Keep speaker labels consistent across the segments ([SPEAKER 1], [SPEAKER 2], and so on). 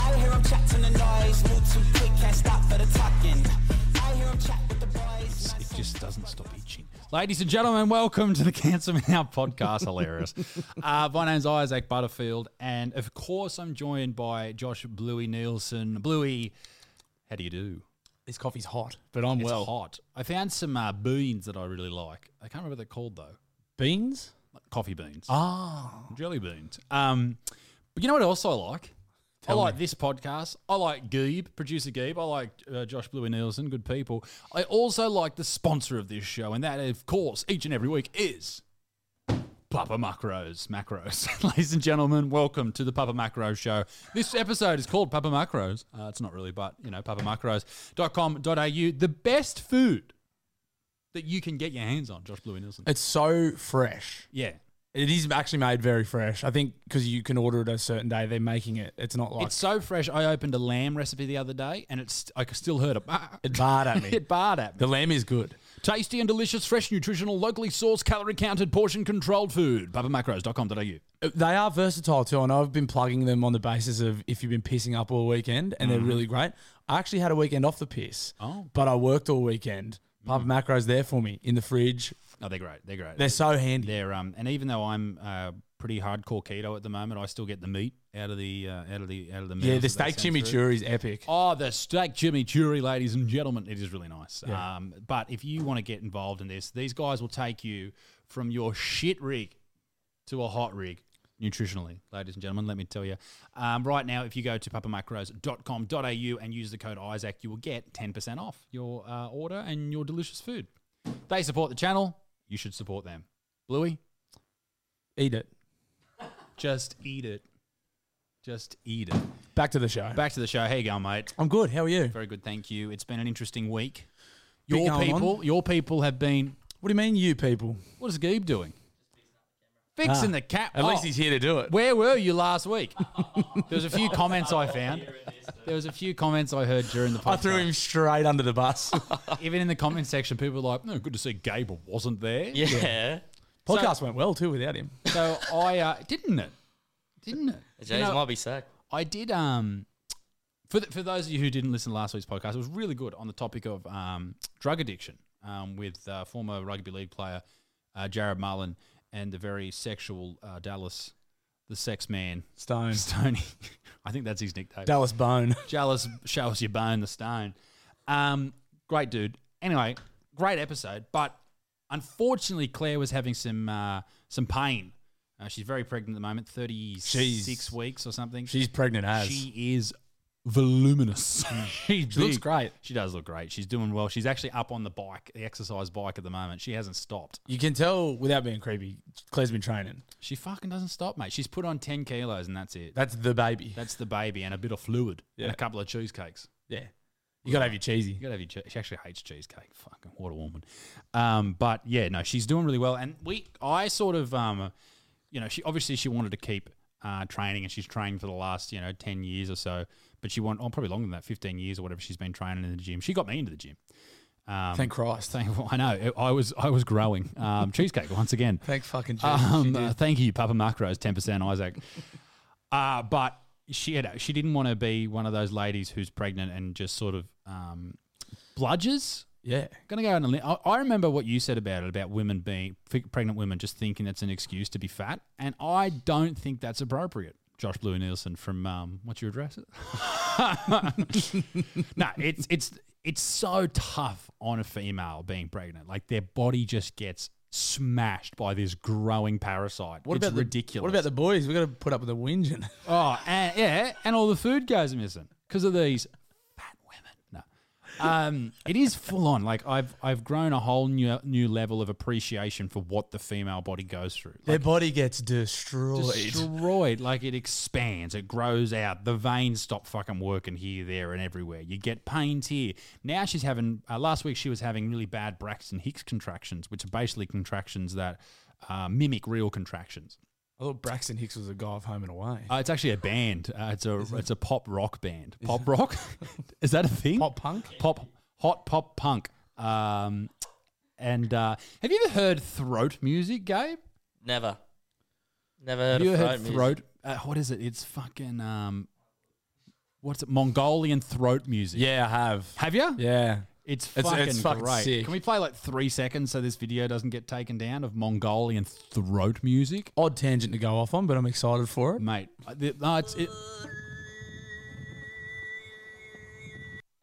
[SPEAKER 1] I hear him chat to the noise, move too quick, can't stop for the talking. I hear him chat with the boys.
[SPEAKER 2] It just doesn't stop itching. Ladies and gentlemen, welcome to the Cancer Man Out podcast. Hilarious. Uh, my name's Isaac Butterfield, and of course, I'm joined by Josh Bluey Nielsen. Bluey, how do you do?
[SPEAKER 3] This coffee's hot, but I'm
[SPEAKER 2] It's
[SPEAKER 3] well.
[SPEAKER 2] hot. I found some uh, beans that I really like. I can't remember what they're called though.
[SPEAKER 3] Beans?
[SPEAKER 2] Like coffee beans,
[SPEAKER 3] Ah,
[SPEAKER 2] jelly beans. Um, but you know what else I like? I like this podcast. I like Geeb, producer Geeb. I like uh, Josh Bluey Nielsen, good people. I also like the sponsor of this show, and that, of course, each and every week is Papa Macros. Macros. Ladies and gentlemen, welcome to the Papa Macros show. This episode is called Papa Macros. Uh, it's not really, but, you know, papamacros.com.au. The best food that you can get your hands on, Josh Bluey Nielsen.
[SPEAKER 3] it's so fresh.
[SPEAKER 2] Yeah.
[SPEAKER 3] It is actually made very fresh. I think because you can order it a certain day, they're making it. It's not like
[SPEAKER 2] It's so fresh. I opened a lamb recipe the other day, and it's I could still heard it.
[SPEAKER 3] it barred at me.
[SPEAKER 2] it barred at me.
[SPEAKER 3] the lamb is good.
[SPEAKER 2] Tasty and delicious, fresh, nutritional, locally sourced, calorie counted, portion controlled food. Babamacros.com.au.
[SPEAKER 3] Uh, They are versatile too, and I've been plugging them on the basis of if you've been pissing up all weekend, and they're really great. I actually had a weekend off the piss,
[SPEAKER 2] Oh.
[SPEAKER 3] but I worked all weekend. Papa Macro's there for me in the fridge.
[SPEAKER 2] No, Oh, they're great. They're great.
[SPEAKER 3] They're so handy.
[SPEAKER 2] They're um, and even though I'm uh, pretty hardcore keto at the moment, I still get the meat out of the uh, out of the out of the
[SPEAKER 3] yeah,
[SPEAKER 2] meals
[SPEAKER 3] the
[SPEAKER 2] that they
[SPEAKER 3] steak
[SPEAKER 2] send through.
[SPEAKER 3] chimichurri is epic.
[SPEAKER 2] Oh, the steak chimichurri, ladies and gentlemen. It is really nice.
[SPEAKER 3] Yeah.
[SPEAKER 2] Um, but if you want to get involved in this, these guys will take you from your shit rig to a hot rig nutritionally, ladies and gentlemen. Let me tell you. Um, right now, if you go to papamacros.com.au and use the code Isaac, you will get 10% off your uh, order and your delicious food. They support the channel. You should support them. Bluey,
[SPEAKER 3] Eat it.
[SPEAKER 2] just eat it. Just eat it.
[SPEAKER 3] Back to the show.
[SPEAKER 2] Back to the show. How you going, mate?
[SPEAKER 3] I'm good. How are you?
[SPEAKER 2] Very good, thank you. It's been an interesting week.
[SPEAKER 3] Bit
[SPEAKER 2] Your
[SPEAKER 3] going on.
[SPEAKER 2] people, your people have been.
[SPEAKER 3] What do you mean, you people?
[SPEAKER 2] What is Gabe doing? Fixing the cap.
[SPEAKER 3] Ah. At least
[SPEAKER 2] Oh,
[SPEAKER 3] he's here to do it.
[SPEAKER 2] Where were you last week? there was a few comments I found. There was a few comments I heard during the podcast.
[SPEAKER 3] I threw him straight under the bus.
[SPEAKER 2] Even in the comment section, people were like, "No, good to see Gabe wasn't there."
[SPEAKER 4] Yeah.
[SPEAKER 3] Podcast went well too without him.
[SPEAKER 2] So I uh, didn't it, didn't it?
[SPEAKER 4] James
[SPEAKER 2] You know,
[SPEAKER 4] might be sick.
[SPEAKER 2] I did. Um, for the, for those of you who didn't listen to last week's podcast, it was really good on the topic of um, drug addiction um, with uh, former rugby league player uh, Jared Mullen and the very sexual uh, Dallas, the sex man
[SPEAKER 3] Stone.
[SPEAKER 2] Stoney. I think that's his nickname.
[SPEAKER 3] Dallas Bone.
[SPEAKER 2] Jealous shows your bone the stone. Um, great dude. Anyway, great episode, but unfortunately Claire was having some uh, some pain. Uh, she's very pregnant at the moment, thirty six
[SPEAKER 3] She's-
[SPEAKER 2] weeks or something.
[SPEAKER 3] She's pregnant as.
[SPEAKER 2] She is voluminous. she
[SPEAKER 3] looks
[SPEAKER 2] big.
[SPEAKER 3] great.
[SPEAKER 2] She does look great. She's doing well. She's actually up on the bike, the exercise bike at the moment. She hasn't stopped.
[SPEAKER 3] you can tell without being creepy, Claire's been training.
[SPEAKER 2] She fucking doesn't stop, mate. She's put on 10 kilos and that's it.
[SPEAKER 3] That's the baby.
[SPEAKER 2] That's the baby and a bit of fluid and
[SPEAKER 3] Yeah.
[SPEAKER 2] a couple of cheesecakes.
[SPEAKER 3] yeah. You gotta have your cheesy.
[SPEAKER 2] You gotta have your. Che- she actually hates cheesecake. Fucking what a woman. Um, but yeah, no, she's doing really well. And we, I sort of, um, you know, she obviously she wanted to keep uh, training, and she's trained for the last you know ten years or so. But she want, oh, probably longer than that, fifteen years or whatever. She's been training in the gym. She got me into the gym. Um,
[SPEAKER 3] Thank Christ.
[SPEAKER 2] thank- I know. I was I was growing. Um, cheesecake once again.
[SPEAKER 3] Thank fucking Jesus.
[SPEAKER 2] Um, uh, thank you, Papa Macros, ten percent, Isaac. uh, but she had, she didn't want to be one of those ladies who's pregnant and just sort of um, bludges.
[SPEAKER 3] yeah.
[SPEAKER 2] Gonna go on a limb. I, I remember what you said about it about women being f- pregnant women just thinking that's an excuse to be fat, and I don't think that's appropriate. Josh Blue Nielsen from um, what's your address? no, it's it's it's so tough on a female being pregnant. Like their body just gets smashed by this growing parasite. What it's
[SPEAKER 3] about the-
[SPEAKER 2] ridiculous?
[SPEAKER 3] What about the boys? We gotta put up with the whinging.
[SPEAKER 2] Oh, and yeah, and all the food goes missing because of these fat women. No, Um, it is full on. Like I've I've grown a whole new new level of appreciation for what the female body goes through. Like,
[SPEAKER 3] Their body gets destroyed.
[SPEAKER 2] destroyed. Like it expands, it grows out. The veins stop fucking working here, there, and everywhere. You get pains here. Now she's having. Uh, last week she was having really bad Braxton Hicks contractions, which are basically contractions that uh, mimic real contractions.
[SPEAKER 3] I thought Braxton Hicks was a guy of home and away.
[SPEAKER 2] Uh, it's actually a band. Uh, it's a it's a pop rock band. Pop rock, is that a thing?
[SPEAKER 3] Pop punk?
[SPEAKER 2] Pop hot pop punk. Um, and uh, have you ever heard throat music, Gabe?
[SPEAKER 4] Never. Never heard
[SPEAKER 2] Have you
[SPEAKER 4] of
[SPEAKER 2] ever
[SPEAKER 4] throat
[SPEAKER 2] heard
[SPEAKER 4] music.
[SPEAKER 2] throat? Uh, what is it? It's fucking um, what's it? Mongolian throat music.
[SPEAKER 3] Yeah, I have.
[SPEAKER 2] Have you?
[SPEAKER 3] Yeah.
[SPEAKER 2] It's
[SPEAKER 3] It's-
[SPEAKER 2] fucking
[SPEAKER 3] it's fucking
[SPEAKER 2] great.
[SPEAKER 3] sick.
[SPEAKER 2] Can we play like three seconds so this video doesn't get taken down of Mongolian throat music,
[SPEAKER 3] Odd tangent to go off on, but I'm excited for it.
[SPEAKER 2] mate? uh, the- No, it's it.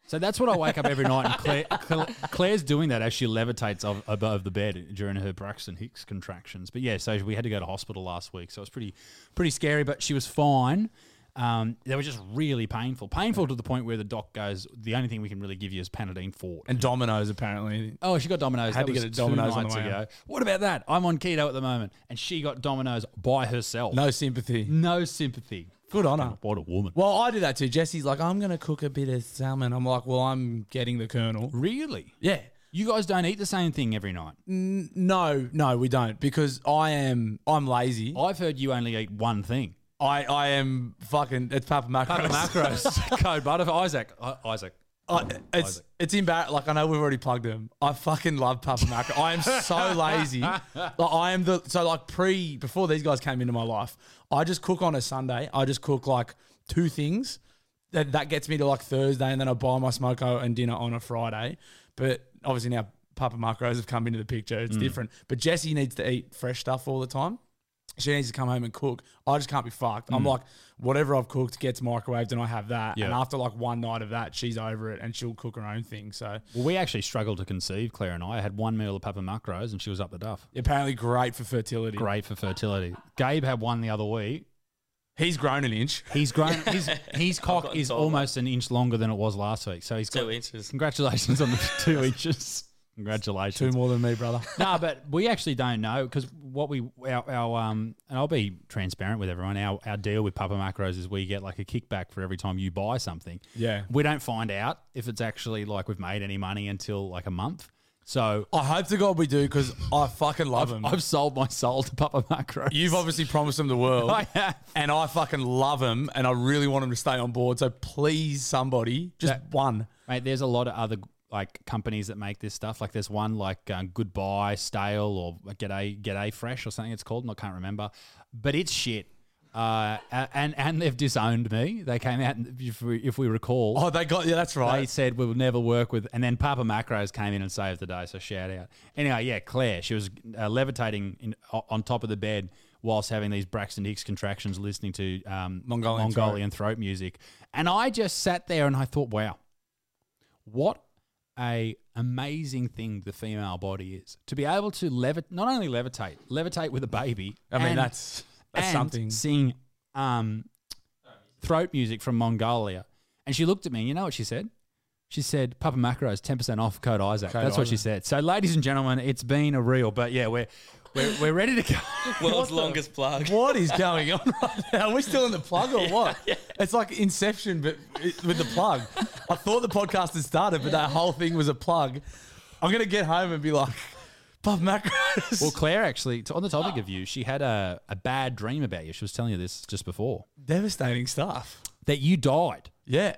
[SPEAKER 2] So that's what I wake up every night, and Claire, Cla- Claire's doing that as she levitates of, above the bed during her Braxton Hicks contractions. But yeah, so we had to go to hospital last week, so it was pretty, pretty scary. But she was fine. Um, they were just really painful, painful to the point where the doc goes, "The only thing we can really give you is Panadine Forte."
[SPEAKER 3] And Domino's apparently.
[SPEAKER 2] Oh, she got Domino's. that
[SPEAKER 3] Had to get
[SPEAKER 2] was
[SPEAKER 3] a Domino's
[SPEAKER 2] two
[SPEAKER 3] on the
[SPEAKER 2] nights
[SPEAKER 3] way
[SPEAKER 2] ago.
[SPEAKER 3] out.
[SPEAKER 2] What about that? I'm on keto at the moment, and she got Domino's by herself.
[SPEAKER 3] No sympathy.
[SPEAKER 2] no sympathy.
[SPEAKER 3] Good on her.
[SPEAKER 2] What a woman!
[SPEAKER 3] Well, I do that too. Jesse's like, I'm going to cook a bit of salmon. I'm like, well, I'm getting the kernel.
[SPEAKER 2] Really?
[SPEAKER 3] Yeah.
[SPEAKER 2] You guys don't eat the same thing every night.
[SPEAKER 3] No, no, we don't because I am I'm lazy.
[SPEAKER 2] I've heard you only eat one thing.
[SPEAKER 3] I, I am fucking it's Papa Macros.
[SPEAKER 2] Papa Macros, Code Butterfly, Isaac, I, Isaac.
[SPEAKER 3] I, it's it's embarrassing. Like I know we've already plugged him. I fucking love Papa Macro. I am so lazy. Like I am the so like pre before these guys came into my life. I just cook on a Sunday. I just cook like two things. That that gets me to like Thursday, and then I buy my smoko and dinner on a Friday. But obviously now Papa Macros have come into the picture. It's different. But Jesse needs to eat fresh stuff all the time. She needs to come home and cook. I just can't be fucked. I'm like, whatever I've cooked gets microwaved, and I have that.
[SPEAKER 2] Yeah.
[SPEAKER 3] And after like one night of that, she's over it, and she'll cook her own thing. So
[SPEAKER 2] Well, we actually struggled to conceive, Claire and I. I had one meal of Papa Macros, and she was up the duff.
[SPEAKER 3] apparently, great for fertility.
[SPEAKER 2] Great for fertility. Gabe had one the other week.
[SPEAKER 3] He's grown an inch.
[SPEAKER 2] He's grown. His, his cock
[SPEAKER 4] gotten
[SPEAKER 2] is
[SPEAKER 4] taller.
[SPEAKER 2] almost an inch longer than it was last week. So he's got
[SPEAKER 4] Two inches.
[SPEAKER 2] Congratulations on the two inches.
[SPEAKER 3] Two
[SPEAKER 2] Congratulations.
[SPEAKER 3] more than me, brother.
[SPEAKER 2] No, but we actually don't know because what we our, our um and I'll be transparent with everyone. Our our deal with Papa Macros is we get like a kickback for every time you buy something.
[SPEAKER 3] Yeah.
[SPEAKER 2] we don't find out if it's actually like we've made any money until like a month. So
[SPEAKER 3] I hope to God we do because I fucking love him.
[SPEAKER 2] I've sold my soul to Papa Macros.
[SPEAKER 3] You've obviously promised him the world.
[SPEAKER 2] I have.
[SPEAKER 3] And I fucking love him, and I really want him to stay on board. So please, somebody, just one.
[SPEAKER 2] Mate, there's a lot of other like companies that make this stuff. Like there's one like uh, Goodbye Stale or G'day G'day Fresh or something it's called, and I can't remember. But it's shit. Uh, a- and and they've disowned me. They came out, and if we, if we recall,
[SPEAKER 3] Oh, they got yeah, that's
[SPEAKER 2] they
[SPEAKER 3] right.
[SPEAKER 2] said we will never work with. And then Papa Macros came in and saved the day. So shout out. Anyway, yeah, Claire, she was uh, levitating in, o- on top of the bed whilst having these Braxton Hicks contractions, listening to um,
[SPEAKER 3] Mongolian
[SPEAKER 2] Mongolian throat music. And I just sat there and I thought, wow, what a amazing thing the female body is to be able to levitate, not only levitate, levitate with a baby.
[SPEAKER 3] I mean,
[SPEAKER 2] and-
[SPEAKER 3] that's that's
[SPEAKER 2] and
[SPEAKER 3] something.
[SPEAKER 2] Sing um, throat music from Mongolia. And she looked at me. You know what she said? She said, "Papa Macro is ten percent off Code Isaac."
[SPEAKER 3] Code
[SPEAKER 2] That's what she
[SPEAKER 3] Isaac.
[SPEAKER 2] said. So, ladies and gentlemen, it's been a real, but yeah, we're we're, we're ready to go.
[SPEAKER 4] World's longest plug.
[SPEAKER 3] What is going on right now? Are we still in the plug or what? It's like Inception, but it- with the plug. I thought the podcast had started, but that whole thing was a plug. I'm gonna get home and be like, Bob Macros.
[SPEAKER 2] Well, Claire, actually, to- on the topic of you, she had a, a bad dream about you. She was telling you this just before
[SPEAKER 3] devastating stuff.
[SPEAKER 2] that you died.
[SPEAKER 3] Yeah,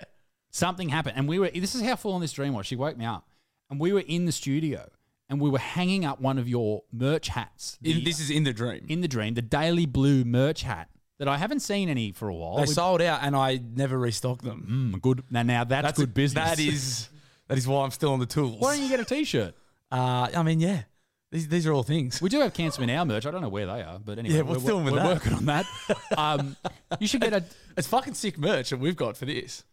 [SPEAKER 2] Something happened, and we were. This is how full on this dream was. She woke me up, and we were in the studio, and we were hanging up one of your merch hats.
[SPEAKER 3] In-
[SPEAKER 2] The-
[SPEAKER 3] this is in the dream.
[SPEAKER 2] in the dream, the Daily Blue merch hat that I haven't seen any for a while.
[SPEAKER 3] they
[SPEAKER 2] We-
[SPEAKER 3] sold out, and I never restocked them.
[SPEAKER 2] Mm, good. Now, now that's,
[SPEAKER 3] a-
[SPEAKER 2] good business.
[SPEAKER 3] That is that is why I'm still on the tools.
[SPEAKER 2] Why don't you get a T-shirt?
[SPEAKER 3] Uh, I mean, yeah, these these are all things.
[SPEAKER 2] We do have cancer in our merch. I don't know where they are, but anyway,
[SPEAKER 3] Yeah, we're still with
[SPEAKER 2] we're
[SPEAKER 3] that.
[SPEAKER 2] working on that. Um, you should get a.
[SPEAKER 3] It's fucking sick merch that we've got for this.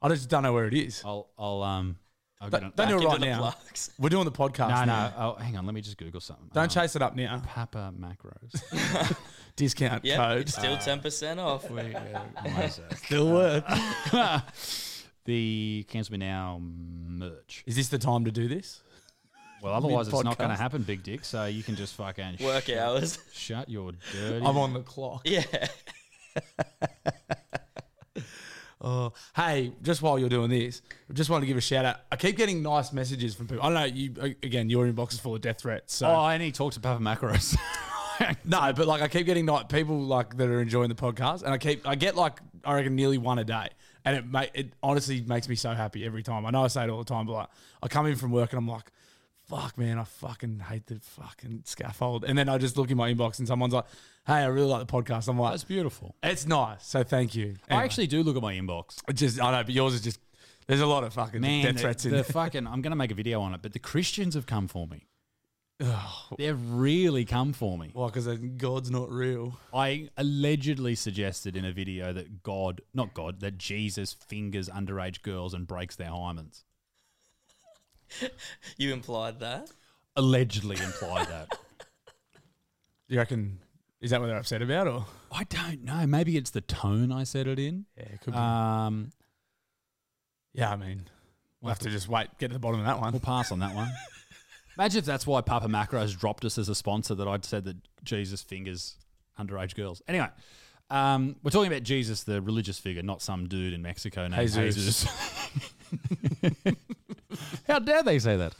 [SPEAKER 3] I just don't know where it is.
[SPEAKER 2] I'll. I'll. Um. I'll
[SPEAKER 3] Don't,
[SPEAKER 2] get
[SPEAKER 3] don't
[SPEAKER 2] a,
[SPEAKER 3] do it
[SPEAKER 4] into
[SPEAKER 3] right
[SPEAKER 4] the
[SPEAKER 3] now.
[SPEAKER 4] plugs.
[SPEAKER 3] We're doing the podcast.
[SPEAKER 2] no,
[SPEAKER 3] now.
[SPEAKER 2] no. Oh, hang on. Let me just Google something.
[SPEAKER 3] Don't
[SPEAKER 2] Um,
[SPEAKER 3] chase it up now.
[SPEAKER 2] Papa macros.
[SPEAKER 3] Discount
[SPEAKER 4] Yeah,
[SPEAKER 3] code. Ah.
[SPEAKER 4] it's still ten percent off.
[SPEAKER 2] Wait, uh, one sec.
[SPEAKER 3] Still work.
[SPEAKER 2] the cancel me now merch.
[SPEAKER 3] Is this the time to do this?
[SPEAKER 2] Well, otherwise it's not going to
[SPEAKER 3] Mid-podcast.
[SPEAKER 2] happen, Big Dick. So you can just fucking
[SPEAKER 4] Work
[SPEAKER 2] shut,
[SPEAKER 4] hours.
[SPEAKER 2] Shut your dirty.
[SPEAKER 3] I'm on the clock.
[SPEAKER 4] Yeah.
[SPEAKER 3] Oh, hey, just while you're doing this, I just want to give a shout out. I keep getting nice messages from people. I don't know you again. Your inbox is full of death threats. So
[SPEAKER 2] Oh, and he talks to Papa Macros.
[SPEAKER 3] No, but like I keep getting like people like that are enjoying the podcast, and I keep I get like I reckon nearly one a day, and it ma- it honestly makes me so happy every time. I know I say it all the time, but like I come in from work and I'm like, fuck man, I fucking hate the fucking scaffold, and then I just look in my inbox and someone's like, hey, I really like the podcast. I'm like,
[SPEAKER 2] That's beautiful.
[SPEAKER 3] it's nice, so thank you.
[SPEAKER 2] I
[SPEAKER 3] Anyway,
[SPEAKER 2] actually do look at my inbox.
[SPEAKER 3] it just I know, but yours is just there's a lot of fucking
[SPEAKER 2] Man,
[SPEAKER 3] death
[SPEAKER 2] the,
[SPEAKER 3] threats in
[SPEAKER 2] the
[SPEAKER 3] there.
[SPEAKER 2] fucking. I'm going to make a video on it, but the Christians have come for me. They've really come for me.
[SPEAKER 3] Why? Because God's not real.
[SPEAKER 2] I allegedly suggested in a video that God, not God, that Jesus fingers underage girls and breaks their hymens.
[SPEAKER 4] You implied that.
[SPEAKER 2] Allegedly implied that.
[SPEAKER 3] You reckon? Is that what they're upset about, or
[SPEAKER 2] I don't know. Maybe it's the tone I said it in.
[SPEAKER 3] yeah, it could be.
[SPEAKER 2] Um,
[SPEAKER 3] yeah, I mean. We'll have to just wait, get to the bottom of that
[SPEAKER 2] we'll
[SPEAKER 3] one.
[SPEAKER 2] pass on that one. Imagine if that's why Papa Macro's dropped us as a sponsor that I'd said that Jesus fingers underage girls. Anyway, um, we're talking about Jesus, the religious figure, not some dude in Mexico named
[SPEAKER 3] Jesus.
[SPEAKER 2] Jesus. How dare they say that?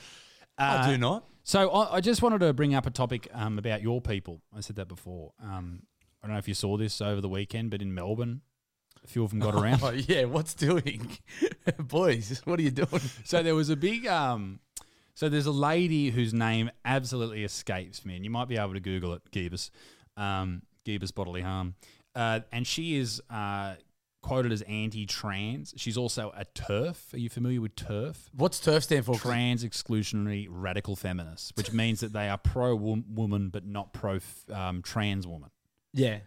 [SPEAKER 3] I do not.
[SPEAKER 2] So I, I just wanted to bring up a topic um, about your people. I said that before. Um, I don't know if you saw this over the weekend, but in Melbourne, a few of them got around.
[SPEAKER 3] Oh yeah, what's doing, boys? What are you doing?
[SPEAKER 2] so there was a big um so there's a lady whose name absolutely escapes me and you might be able to google it Gibus um Gibus bodily harm uh, and she is uh quoted as anti-trans she's also a turf are you familiar with turf
[SPEAKER 3] What's turf stand for?
[SPEAKER 2] trans exclusionary radical feminists which means that they are pro wom- woman but not pro f- um, trans woman
[SPEAKER 3] Yeah,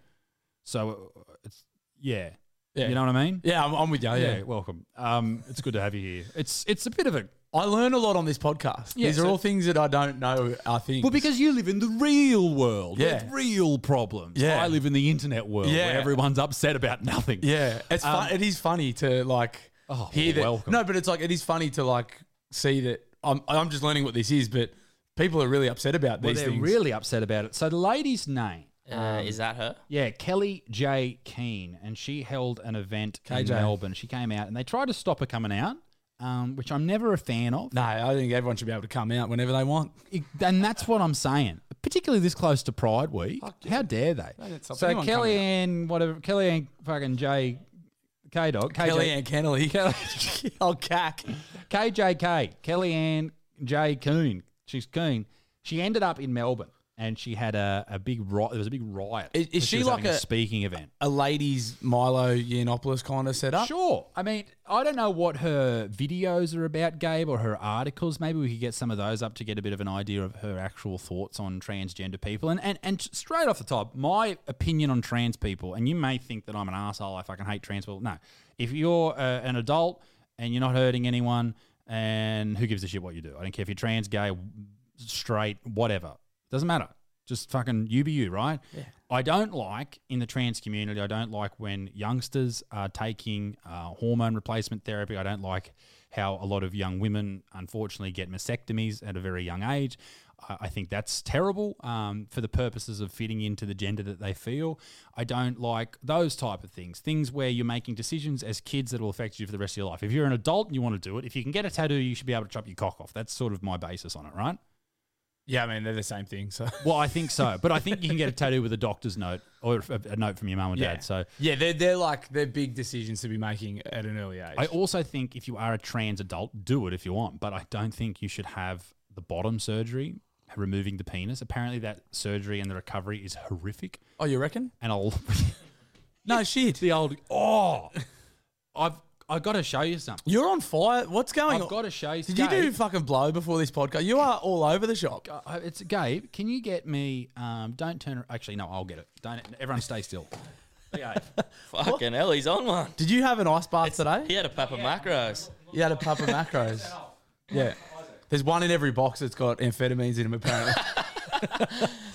[SPEAKER 2] so uh, it's yeah
[SPEAKER 3] yeah.
[SPEAKER 2] you know what i mean
[SPEAKER 3] yeah, I'm, I'm with you. Yeah.
[SPEAKER 2] welcome um it's good to have you here it's it's a bit of a
[SPEAKER 3] I learn a lot on this podcast.
[SPEAKER 2] Yeah,
[SPEAKER 3] These are
[SPEAKER 2] so-
[SPEAKER 3] all things that I don't know are things.
[SPEAKER 2] Well, because you live in the real world
[SPEAKER 3] Yeah.
[SPEAKER 2] with real problems.
[SPEAKER 3] Yeah.
[SPEAKER 2] I live in the internet world where
[SPEAKER 3] Yeah.
[SPEAKER 2] everyone's upset about nothing. Um,
[SPEAKER 3] yeah, it's fun, it is funny to like
[SPEAKER 2] Oh,
[SPEAKER 3] hear that.
[SPEAKER 2] welcome.
[SPEAKER 3] No, but it's like it is funny to like see that. I'm I'm just learning what this is, but people are really upset about
[SPEAKER 2] Well,
[SPEAKER 3] these
[SPEAKER 2] they're
[SPEAKER 3] things.
[SPEAKER 2] really upset about it. So the lady's name,
[SPEAKER 3] Um,
[SPEAKER 4] Uh, is that her?
[SPEAKER 2] yeah, Kelly J. Keane, and she held an event in
[SPEAKER 3] KJ.
[SPEAKER 2] Melbourne. She came out and they tried to stop her coming out, um, which I'm never a fan of.
[SPEAKER 3] no, I think everyone should be able to come out whenever they want.
[SPEAKER 2] It- and that's what I'm saying. Particularly this close to Pride Week, how dare they?
[SPEAKER 3] let
[SPEAKER 2] So
[SPEAKER 3] something- anyone come out.
[SPEAKER 2] Kellyanne, whatever Kellyanne, fucking J, K Dog,
[SPEAKER 3] Kellyanne Kennelly. oh, cack.
[SPEAKER 2] KJK, Kellyanne J. Coon. She's Coon. She ended up in Melbourne and she had a, a big riot. There was a big riot.
[SPEAKER 3] Is- is
[SPEAKER 2] because
[SPEAKER 3] she
[SPEAKER 2] was
[SPEAKER 3] like
[SPEAKER 2] having
[SPEAKER 3] a-
[SPEAKER 2] speaking event?
[SPEAKER 3] A ladies Milo Yiannopoulos kind of setup.
[SPEAKER 2] Sure. I mean, I don't know what her videos are about, Gabe, or her articles. Maybe we could get some of those up to get a bit of an idea of her actual thoughts on transgender people. And and, and straight off the top, my opinion on trans people, and you may think that I'm an asshole, I fucking hate trans people. No. If you're uh, an adult and you're not hurting anyone, and who gives a shit what you do? I don't care if you're trans, gay, straight, whatever. Doesn't matter. Just fucking you be you, right? Yeah. I don't like in the trans community. I don't like when youngsters are taking uh, hormone replacement therapy. I don't like how a lot of young women unfortunately get mastectomies at a very young age. I, I think that's terrible um, for the purposes of fitting into the gender that they feel. I don't like those type of things. Things where you're making decisions as kids that will affect you for the rest of your life. If you're an adult and you want to do it, if you can get a tattoo, you should be able to chop your cock off. That's sort of my basis on it, right?
[SPEAKER 3] Yeah, I mean they're the same thing. So
[SPEAKER 2] Well, I think so, but I think you can get a tattoo with a doctor's note or a, a note from your mum and
[SPEAKER 3] yeah,
[SPEAKER 2] dad. So
[SPEAKER 3] yeah, they're they're like they're big decisions to be making at an early age.
[SPEAKER 2] I also think if you are a trans adult, do it if you want, but I don't think you should have the bottom surgery, removing the penis. Apparently, that surgery and the recovery is horrific.
[SPEAKER 3] oh, you reckon?
[SPEAKER 2] And I'll
[SPEAKER 3] No shit.
[SPEAKER 2] the old oh, I've I got to show you something.
[SPEAKER 3] You're on fire. What's going on?
[SPEAKER 2] I've got to show you.
[SPEAKER 3] Did you do fucking blow before this podcast? You are all over the shop.
[SPEAKER 2] Uh, it's Gabe. Can you get me? Um, don't turn. Actually, no. I'll get it. Don't. Everyone, stay still. Okay.
[SPEAKER 4] Fucking hell, he's on one.
[SPEAKER 3] Did you have an ice bath today?
[SPEAKER 4] He had a Papa Macros.
[SPEAKER 3] You had a Papa Macros. yeah. There's one in every box that's got amphetamines in them, apparently.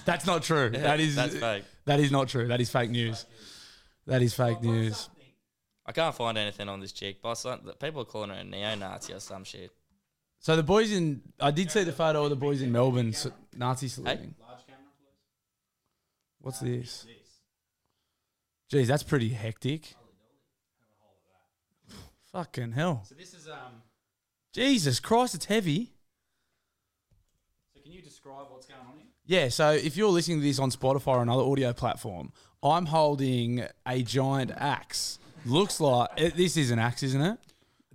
[SPEAKER 3] that's not true. that is
[SPEAKER 4] that's fake.
[SPEAKER 3] That is not true. That is fake news. That is fake news.
[SPEAKER 4] I can't find anything on this chick, but some, the people are calling her a neo-Nazi or some shit.
[SPEAKER 3] So the boys in, I did see the photo of the boys in Melbourne s Nazi saluting. What's this? Jeez, that's pretty hectic. Fucking hell.
[SPEAKER 2] So this is um.
[SPEAKER 3] Jesus Christ, it's heavy.
[SPEAKER 2] So can you describe what's going on here?
[SPEAKER 3] Yeah, so if you're listening to this on Spotify or another audio platform, I'm holding a giant axe. Looks like it, this is an axe, isn't it?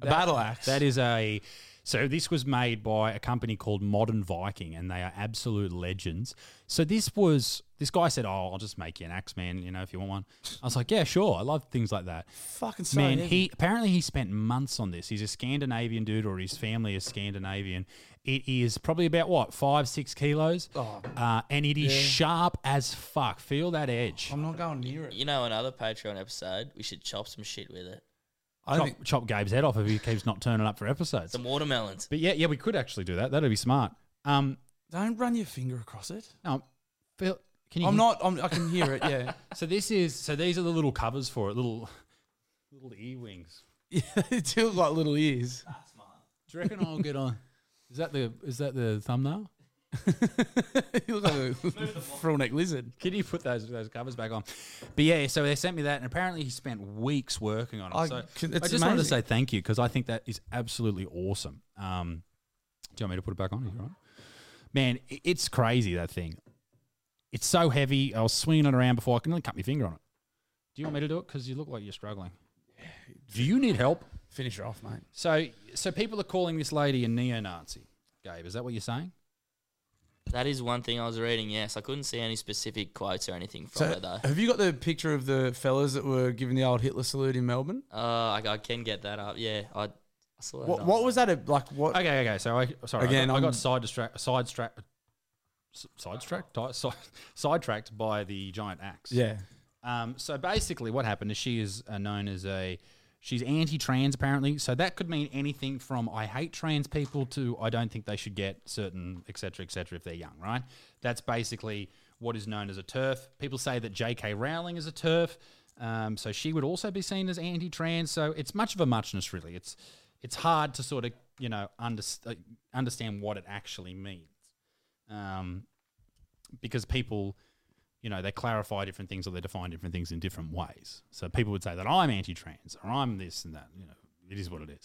[SPEAKER 3] A battle axe.
[SPEAKER 2] That is a. So this was made by a company called Modern Viking, and they are absolute legends. So this was this guy said, "Oh, I'll just make you an axe man, you know, if you want one." I was like, "Yeah, sure, I love things like that."
[SPEAKER 3] fucking so
[SPEAKER 2] Man,
[SPEAKER 3] heavy.
[SPEAKER 2] he apparently he spent months on this. He's a Scandinavian dude, or his family is Scandinavian. It is probably about what five, six kilos,
[SPEAKER 3] Oh.
[SPEAKER 2] uh, and it is sharp as fuck. Feel that edge.
[SPEAKER 3] I'm not going near it.
[SPEAKER 4] You know, another Patreon episode, we should chop some shit with it.
[SPEAKER 3] I don't
[SPEAKER 2] Chop,
[SPEAKER 3] think,
[SPEAKER 2] chop Gabe's head off if he keeps not turning up for episodes.
[SPEAKER 4] Some watermelons.
[SPEAKER 2] But yeah, yeah, we could actually do that. That'd be smart. Um,
[SPEAKER 3] don't run your finger across it.
[SPEAKER 2] no, Phil, can you?
[SPEAKER 3] I'm
[SPEAKER 2] hear-
[SPEAKER 3] not. I'm, I can hear it. Yeah.
[SPEAKER 2] So this is. So these are the little covers for it. Little, little ear wings.
[SPEAKER 3] yeah. It still got little ears.
[SPEAKER 2] Do you reckon I'll get on? Is that the? Is that the thumbnail?
[SPEAKER 3] you look like a frill neck lizard.
[SPEAKER 2] Can you put those those covers back on? But yeah, so they sent me that, and apparently he spent weeks working on it.
[SPEAKER 3] I-
[SPEAKER 2] so I just
[SPEAKER 3] c- it's
[SPEAKER 2] wanted to
[SPEAKER 3] amazing.
[SPEAKER 2] say thank you because I think that is absolutely awesome. Um, do you want me to put it back on? Is it all right? Man, i- it's crazy that thing. It's so heavy. I was swinging it around before I can only cut my finger on it. Do you want me to do it? Because you look like you're struggling. Do you need help?
[SPEAKER 3] Finish her off, mate.
[SPEAKER 2] So, so people are calling this lady a neo-Nazi. Gabe, is that what you're saying?
[SPEAKER 4] That is one thing I was reading. Yes, I couldn't see any specific quotes or anything from
[SPEAKER 3] So,
[SPEAKER 4] her though.
[SPEAKER 3] have you got the picture of the fellas that were giving the old Hitler salute in Melbourne?
[SPEAKER 4] Uh, I, I can get that up. Yeah, I, I saw that.
[SPEAKER 3] What,
[SPEAKER 4] on-
[SPEAKER 3] what was that? a- Like what?
[SPEAKER 2] Okay, okay. So I sorry.
[SPEAKER 3] Again,
[SPEAKER 2] I got, I
[SPEAKER 3] I'm-
[SPEAKER 2] got side distract, side stra- s- sidetracked, Ti- si- sidetracked by the giant axe.
[SPEAKER 3] Yeah.
[SPEAKER 2] Um, so basically, what happened is she is uh, known as a she's anti-trans apparently. So that could mean anything from I hate trans people to I don't think they should get certain etc. etc. if they're young, right? That's basically what is known as a turf. People say that J.K. Rowling is a turf, um, so she would also be seen as anti-trans. So it's much of a muchness, really. It's it's hard to sort of you know underst- uh, understand what it actually means. Um, because people you know, they clarify different things or they define different things in different ways. So people would say that I'm anti trans or I'm this and that. You know, it is what it is.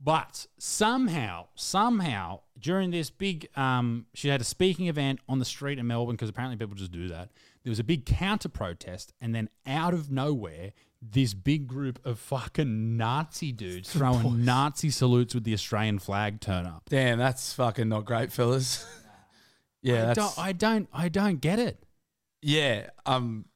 [SPEAKER 2] But somehow, somehow, during this big, um, she had a speaking event on the street in Melbourne because apparently people just do that. There was a big counter protest, and then out of nowhere, this big group of fucking Nazi dudes throwing Nazi salutes with the Australian flag turn up.
[SPEAKER 3] Damn, that's fucking not great, fellas. yeah.
[SPEAKER 2] I,
[SPEAKER 3] That's,
[SPEAKER 2] don't, I don't, I don't get it.
[SPEAKER 3] yeah. Um.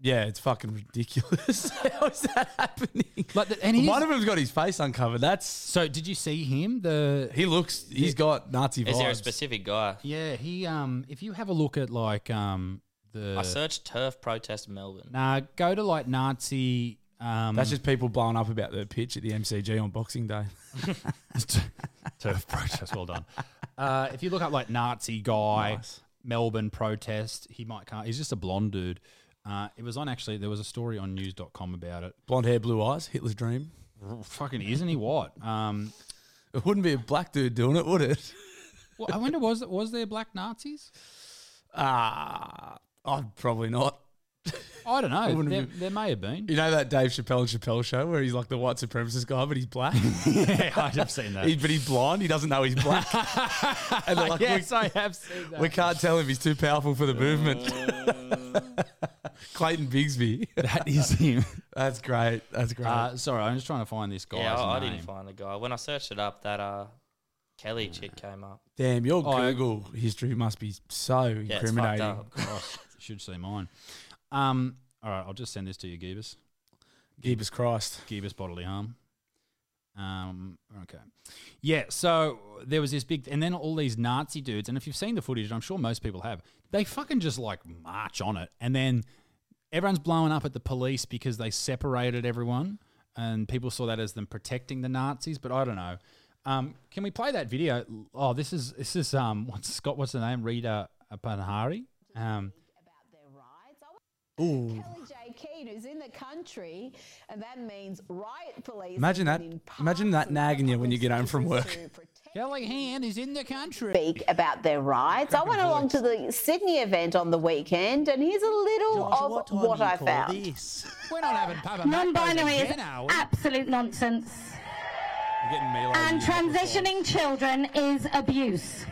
[SPEAKER 3] Yeah, it's fucking ridiculous. How is that happening?
[SPEAKER 2] Like, the- and he's-
[SPEAKER 3] one of them's got his face uncovered. That's
[SPEAKER 2] So, did you see him? The
[SPEAKER 3] he looks. He's got Nazi vibes.
[SPEAKER 4] Is there a specific guy?
[SPEAKER 2] Yeah, he um if you have a look at like um the
[SPEAKER 4] I searched turf protest Melbourne.
[SPEAKER 2] nah, go to like Nazi um
[SPEAKER 3] That's just people blowing up about the pitch at the MCG on Boxing Day.
[SPEAKER 2] turf protest, well done. Uh if you look up like Nazi guy Melbourne protest, he might can't he's just a blonde dude. Uh, it was on actually there was a story on news.com about it.
[SPEAKER 3] Blonde hair, blue eyes, Hitler's dream.
[SPEAKER 2] Fucking isn't he what? Um
[SPEAKER 3] It wouldn't be a black dude doing it, would it?
[SPEAKER 2] well, I wonder was was there black Nazis?
[SPEAKER 3] Ah, I'd probably not.
[SPEAKER 2] I don't know.
[SPEAKER 3] wouldn't
[SPEAKER 2] There,
[SPEAKER 3] have-
[SPEAKER 2] there may have been.
[SPEAKER 3] You know that Dave Chappelle and Chappelle show where he's like the white supremacist guy, but he's black.
[SPEAKER 2] yeah, I have seen that.
[SPEAKER 3] he, but he's blind. He doesn't know he's black. and they're like,
[SPEAKER 2] yes,
[SPEAKER 3] we,
[SPEAKER 2] I have seen that.
[SPEAKER 3] we can't tell him he's too powerful for the movement. Clayton Bigsby.
[SPEAKER 2] Uh. That is him.
[SPEAKER 3] That's great. That's great.
[SPEAKER 2] Uh, sorry, I'm just trying to find this guy.
[SPEAKER 4] yeah, Oh, I, I didn't find the guy. When I searched it up, that uh, Kelly chick came up.
[SPEAKER 3] Damn, your
[SPEAKER 2] I-
[SPEAKER 3] Google history must be so
[SPEAKER 4] Yeah, it's fucked
[SPEAKER 3] incriminating.
[SPEAKER 4] up.
[SPEAKER 2] Christ, Oh, should see mine. Um, all right, I'll just send this to you, Gibus.
[SPEAKER 3] Gibbous Christ.
[SPEAKER 2] Gibus bodily harm. Um, okay. Yeah, so there was this big, and then all these Nazi dudes, and if you've seen the footage, and I'm sure most people have, they fucking just like march on it, and then everyone's blowing up at the police because they separated everyone, and people saw that as them protecting the Nazis. But I don't know. Um, can we play that video? Oh, this is this is um, what's Scott? What's the name? Rita Panhari. Um,
[SPEAKER 5] Kelly J. Keane, who's in the country, and that means riot police.
[SPEAKER 3] Imagine
[SPEAKER 5] have
[SPEAKER 3] that-
[SPEAKER 5] been in
[SPEAKER 3] imagine
[SPEAKER 5] parts
[SPEAKER 3] that
[SPEAKER 5] of
[SPEAKER 3] nagging you when you get home from work.
[SPEAKER 5] to protect-
[SPEAKER 2] Callahan is in the country.
[SPEAKER 5] Speak about their rights. I went along to the Sydney event on the weekend, and here's a little of what, I found.
[SPEAKER 6] This?
[SPEAKER 2] We're not having Papa
[SPEAKER 7] Non binary is
[SPEAKER 2] now.
[SPEAKER 7] absolute nonsense.
[SPEAKER 3] You're getting me like
[SPEAKER 7] And
[SPEAKER 3] you before.
[SPEAKER 7] transitioning children is abuse.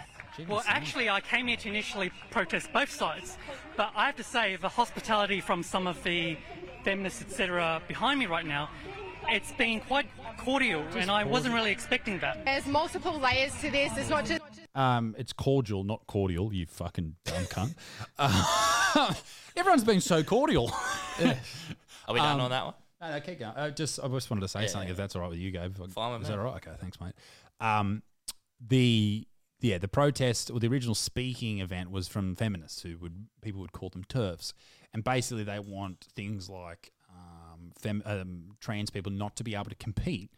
[SPEAKER 8] Well, actually, I came here to initially protest both sides, but I have to say the hospitality from some of the feminists, etc., behind me right now, it's been quite cordial, and I wasn't really expecting that.
[SPEAKER 9] There's multiple layers to this. It's not just.
[SPEAKER 2] Um, it's cordial, not cordial. You fucking dumb cunt. Uh, everyone's been so cordial.
[SPEAKER 4] Are we done
[SPEAKER 3] Um,
[SPEAKER 4] on that one?
[SPEAKER 2] No, no, keep going. I just, I just wanted to say something if that's all right with you, Gabe.
[SPEAKER 4] Fine with
[SPEAKER 2] Is
[SPEAKER 4] me.
[SPEAKER 2] that all right? Okay, thanks, mate. Um, the yeah, the protest or the original speaking event was from feminists who would people would call them turfs, and basically they want things like um, fem, um, trans people not to be able to compete,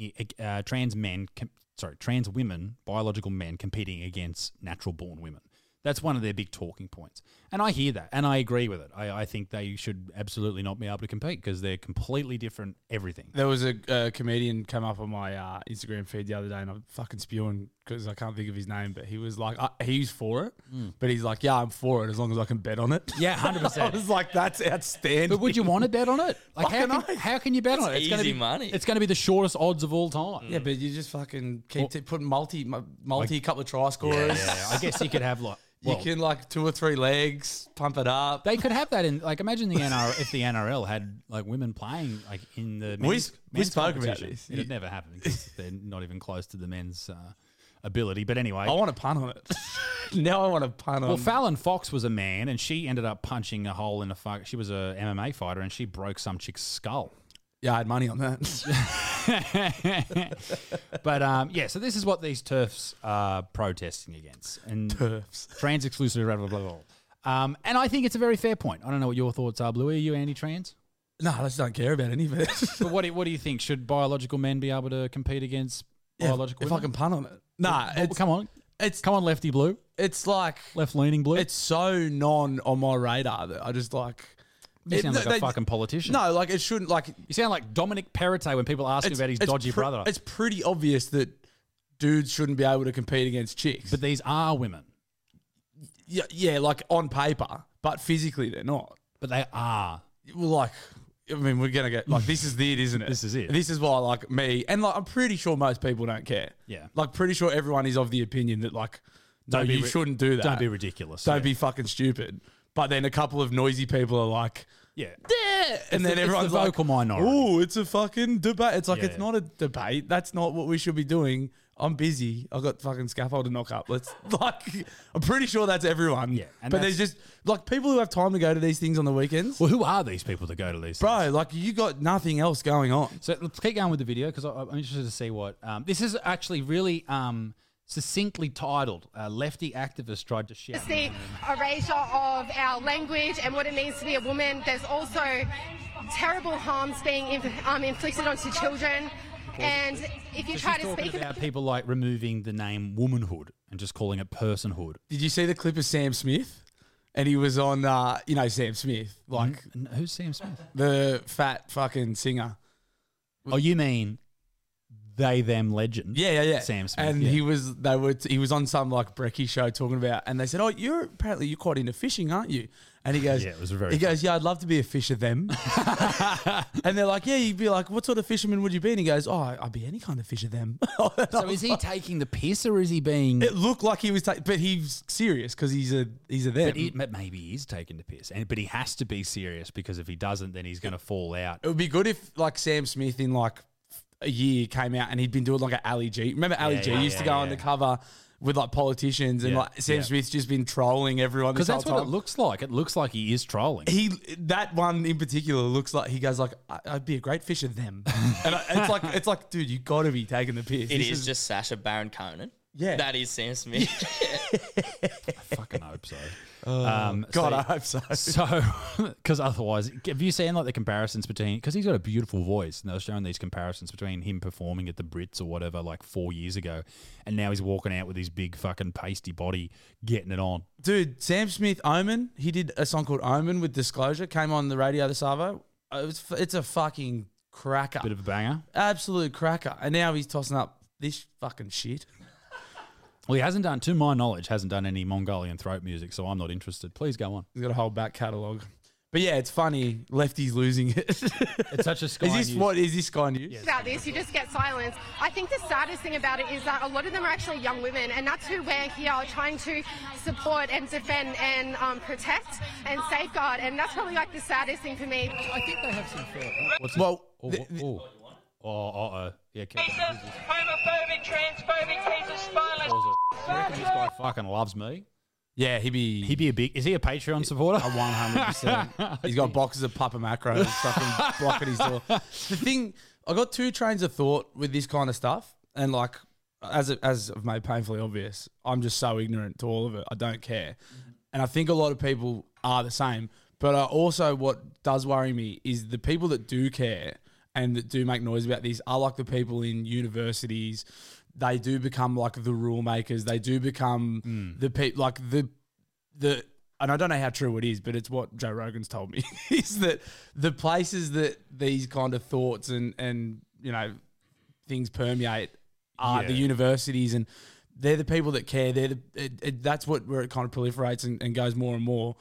[SPEAKER 2] i- ag- uh, trans men, com- sorry, trans women, biological men competing against natural born women. That's one of their big talking points. And I hear that and I agree with it. I, I think they should absolutely not be able to compete because they're completely different everything.
[SPEAKER 3] There was a, a comedian come up on my uh, Instagram feed the other day, and I'm fucking spewing because I can't think of his name. But he was like, uh, he's for it, but he's like, yeah, I'm for it as long as I can bet on it.
[SPEAKER 2] Yeah, 100%.
[SPEAKER 3] I was like, that's outstanding.
[SPEAKER 2] But would you want to bet on it? Like how
[SPEAKER 3] Fucking
[SPEAKER 2] can,
[SPEAKER 3] oath.
[SPEAKER 2] how can you bet on it?
[SPEAKER 4] It's
[SPEAKER 2] gonna
[SPEAKER 4] easy
[SPEAKER 2] be
[SPEAKER 4] money.
[SPEAKER 2] It's going to be the shortest odds of all time.
[SPEAKER 3] Yeah, but you just fucking keep t- putting multi, mu- multi, couple of try scorers.
[SPEAKER 2] Yeah, I guess you could have like well,
[SPEAKER 3] you can like two or three legs, pump it up.
[SPEAKER 2] They could have that in like imagine the NRL if the NRL had like women playing like in the men's,
[SPEAKER 3] We s- we
[SPEAKER 2] men's
[SPEAKER 3] spoke about
[SPEAKER 2] competition.
[SPEAKER 3] this.
[SPEAKER 2] It'd never happen because they're not even close to the men's uh, ability. But anyway,
[SPEAKER 3] I want um, to pun on it. now I want to pun on.
[SPEAKER 2] Well, Fallon Fox was a man, and she ended up punching a hole in a fuck. She was a MMA fighter, and she broke some chick's skull.
[SPEAKER 3] yeah, I had money on that.
[SPEAKER 2] but um, yeah, so this is what these turfs are protesting against, and turfs, trans exclusive, blah blah blah. blah. Um, and I think it's a very fair point. I don't know what your thoughts are, Bluey. Are you anti-trans?
[SPEAKER 3] no, I just don't care about any of it.
[SPEAKER 2] But what do, what do you think? Should biological men be able to compete against biological?
[SPEAKER 3] if I
[SPEAKER 2] women?
[SPEAKER 3] can pun on it, nah,
[SPEAKER 2] Well,
[SPEAKER 3] it's,
[SPEAKER 2] come on,
[SPEAKER 3] it's
[SPEAKER 2] come on, lefty blue,
[SPEAKER 3] it's like
[SPEAKER 2] left leaning blue.
[SPEAKER 3] it's so non on my radar that I just like.
[SPEAKER 2] you sound
[SPEAKER 3] It-
[SPEAKER 2] like a
[SPEAKER 3] they-
[SPEAKER 2] fucking politician.
[SPEAKER 3] No, like it shouldn't. Like
[SPEAKER 2] you sound like Dominic Perrottet when people ask him about his dodgy
[SPEAKER 3] pre-
[SPEAKER 2] brother.
[SPEAKER 3] It's pretty obvious that dudes shouldn't be able to compete against chicks.
[SPEAKER 2] But
[SPEAKER 3] But
[SPEAKER 2] these are women.
[SPEAKER 3] yeah, yeah, like on paper, but physically they're not.
[SPEAKER 2] But they are.
[SPEAKER 3] Well, like. I mean, we're gonna get like this is it, isn't it?
[SPEAKER 2] This is it.
[SPEAKER 3] This is why, like me, and like I'm pretty sure most people don't care.
[SPEAKER 2] Yeah.
[SPEAKER 3] like pretty sure everyone is of the opinion that like, no,
[SPEAKER 2] Don't be
[SPEAKER 3] you
[SPEAKER 2] ri-
[SPEAKER 3] shouldn't do that.
[SPEAKER 2] Don't be ridiculous.
[SPEAKER 3] Don't
[SPEAKER 2] yeah.
[SPEAKER 3] be fucking stupid. But then a couple of noisy people are like,
[SPEAKER 2] Yeah.
[SPEAKER 3] and
[SPEAKER 2] the-
[SPEAKER 3] then
[SPEAKER 2] it's the
[SPEAKER 3] everyone's
[SPEAKER 2] vocal
[SPEAKER 3] like,
[SPEAKER 2] minority.
[SPEAKER 3] Oh, it's a fucking debate. It's like
[SPEAKER 2] Yeah.
[SPEAKER 3] it's not a debate. That's not what we should be doing. I'm busy. I've got fucking scaffold to knock up. Let's like I'm pretty sure that's everyone.
[SPEAKER 2] Yeah, and
[SPEAKER 3] but there's just like people who have time to go to these things on the weekends.
[SPEAKER 2] Well, who are these people that go to these? things?
[SPEAKER 3] Bro, like you got nothing else going on.
[SPEAKER 2] So let's keep going with the video because I'm interested to see what um, this is actually really um, succinctly titled. Uh, lefty activist tried to shout.
[SPEAKER 9] the erasure of our language and what it means to be a woman. There's also terrible harms being inf- um, inflicted onto children. And if you
[SPEAKER 2] So
[SPEAKER 9] try
[SPEAKER 2] she's
[SPEAKER 9] to
[SPEAKER 2] talking
[SPEAKER 9] speak
[SPEAKER 2] about people like removing the name womanhood and just calling it personhood.
[SPEAKER 3] Did you see the clip of Sam Smith? And he was on uh, you know, Sam Smith, like
[SPEAKER 2] And who's Sam Smith?
[SPEAKER 3] the fat fucking singer.
[SPEAKER 2] Oh, you mean they them legend?
[SPEAKER 3] Yeah, yeah, yeah.
[SPEAKER 2] Sam Smith.
[SPEAKER 3] And
[SPEAKER 2] yeah.
[SPEAKER 3] he was they were he was on some like brekkie show talking about, and they said, "Oh, you're apparently you're quite into fishing, aren't you?" And he goes,
[SPEAKER 2] Yeah, it was very
[SPEAKER 3] He goes, "Yeah, I'd love to be a fish of them." and they're like, "Yeah, you'd be like, what sort of fisherman would you be?" And he goes, "Oh, I- I'd be any kind of fish of them."
[SPEAKER 2] So is he taking the piss or is he being?
[SPEAKER 3] It looked like he was, ta- but he's serious because he's a he's a them.
[SPEAKER 2] But he, but maybe he is taking the piss, and but he has to be serious because if he doesn't, then he's going to fall out.
[SPEAKER 3] it would be good if like Sam Smith in like a year came out and he'd been doing like an Ali G. Remember Ali
[SPEAKER 2] Yeah,
[SPEAKER 3] G
[SPEAKER 2] yeah,
[SPEAKER 3] used to
[SPEAKER 2] yeah,
[SPEAKER 3] go
[SPEAKER 2] yeah.
[SPEAKER 3] undercover with like politicians and
[SPEAKER 2] Yeah,
[SPEAKER 3] like Sam
[SPEAKER 2] yeah.
[SPEAKER 3] Smith's just been trolling everyone
[SPEAKER 2] Because
[SPEAKER 3] this
[SPEAKER 2] that's
[SPEAKER 3] whole
[SPEAKER 2] what
[SPEAKER 3] time.
[SPEAKER 2] it looks like. It looks like he is trolling.
[SPEAKER 3] he that one in particular looks like he goes like "I- I'd be a great fish of them, and I, it's like it's like dude, you got to be taking the piss.
[SPEAKER 4] It
[SPEAKER 3] This
[SPEAKER 4] is just Sasha Baron Conan.
[SPEAKER 3] Yeah.
[SPEAKER 4] That is Sam Smith.
[SPEAKER 2] fucking hope so. Um,
[SPEAKER 3] Oh, God, I hope so.
[SPEAKER 2] So, because otherwise, have you seen like the comparisons between? Because he's got a beautiful voice, and they were showing these comparisons between him performing at the Brits or whatever like four years ago, and now he's walking out with his big fucking pasty body, getting it on.
[SPEAKER 3] Dude, Sam Smith, Omen. He did a song called Omen with Disclosure. Came on the radio this Savo. It was, it's a fucking cracker.
[SPEAKER 2] Bit of a banger.
[SPEAKER 3] Absolute cracker. And now he's tossing up this fucking shit.
[SPEAKER 2] Well, he hasn't done, to my knowledge, hasn't done any Mongolian throat music, so I'm not interested. Please go on.
[SPEAKER 3] He's got a whole back catalogue. But yeah, it's funny. Lefty's losing it. it's
[SPEAKER 2] such a Sky
[SPEAKER 3] Is this
[SPEAKER 2] News-
[SPEAKER 3] what is this Sky News?
[SPEAKER 9] about this, you just get silence. I think the saddest thing about it is that a lot of them are actually young women, and that's who we're here trying to support and defend and um, protect and safeguard. And that's probably like the saddest thing for me. I think they have some fair.
[SPEAKER 2] What's
[SPEAKER 3] well,
[SPEAKER 2] oh, oh, oh, oh, uh, yeah, keep going.
[SPEAKER 6] Racist, homophobic, transphobic, he's a spineless.
[SPEAKER 2] Do you reckon this guy fucking loves me?
[SPEAKER 3] Yeah, he'd be
[SPEAKER 2] he'd be a big. Is he a Patreon supporter?
[SPEAKER 3] A one hundred percent. He's got boxes of Papa Macros fucking blocking his door. The thing I got two trains of thought with this kind of stuff, and like as it, as I've made painfully obvious, I'm just so ignorant to all of it. I don't care, and I think a lot of people are the same. But I also, what does worry me is the people that do care and that do make noise about this are like the people in universities. They do become like the rule makers. They do become the people like the the and I don't know how true it is, but it's what Joe Rogan's told me is that the places that these kind of thoughts and and you know things permeate are the
[SPEAKER 2] Yeah.
[SPEAKER 3] universities and they're the people that care. They're the it, it, that's what where it kind of proliferates and, and goes more and more,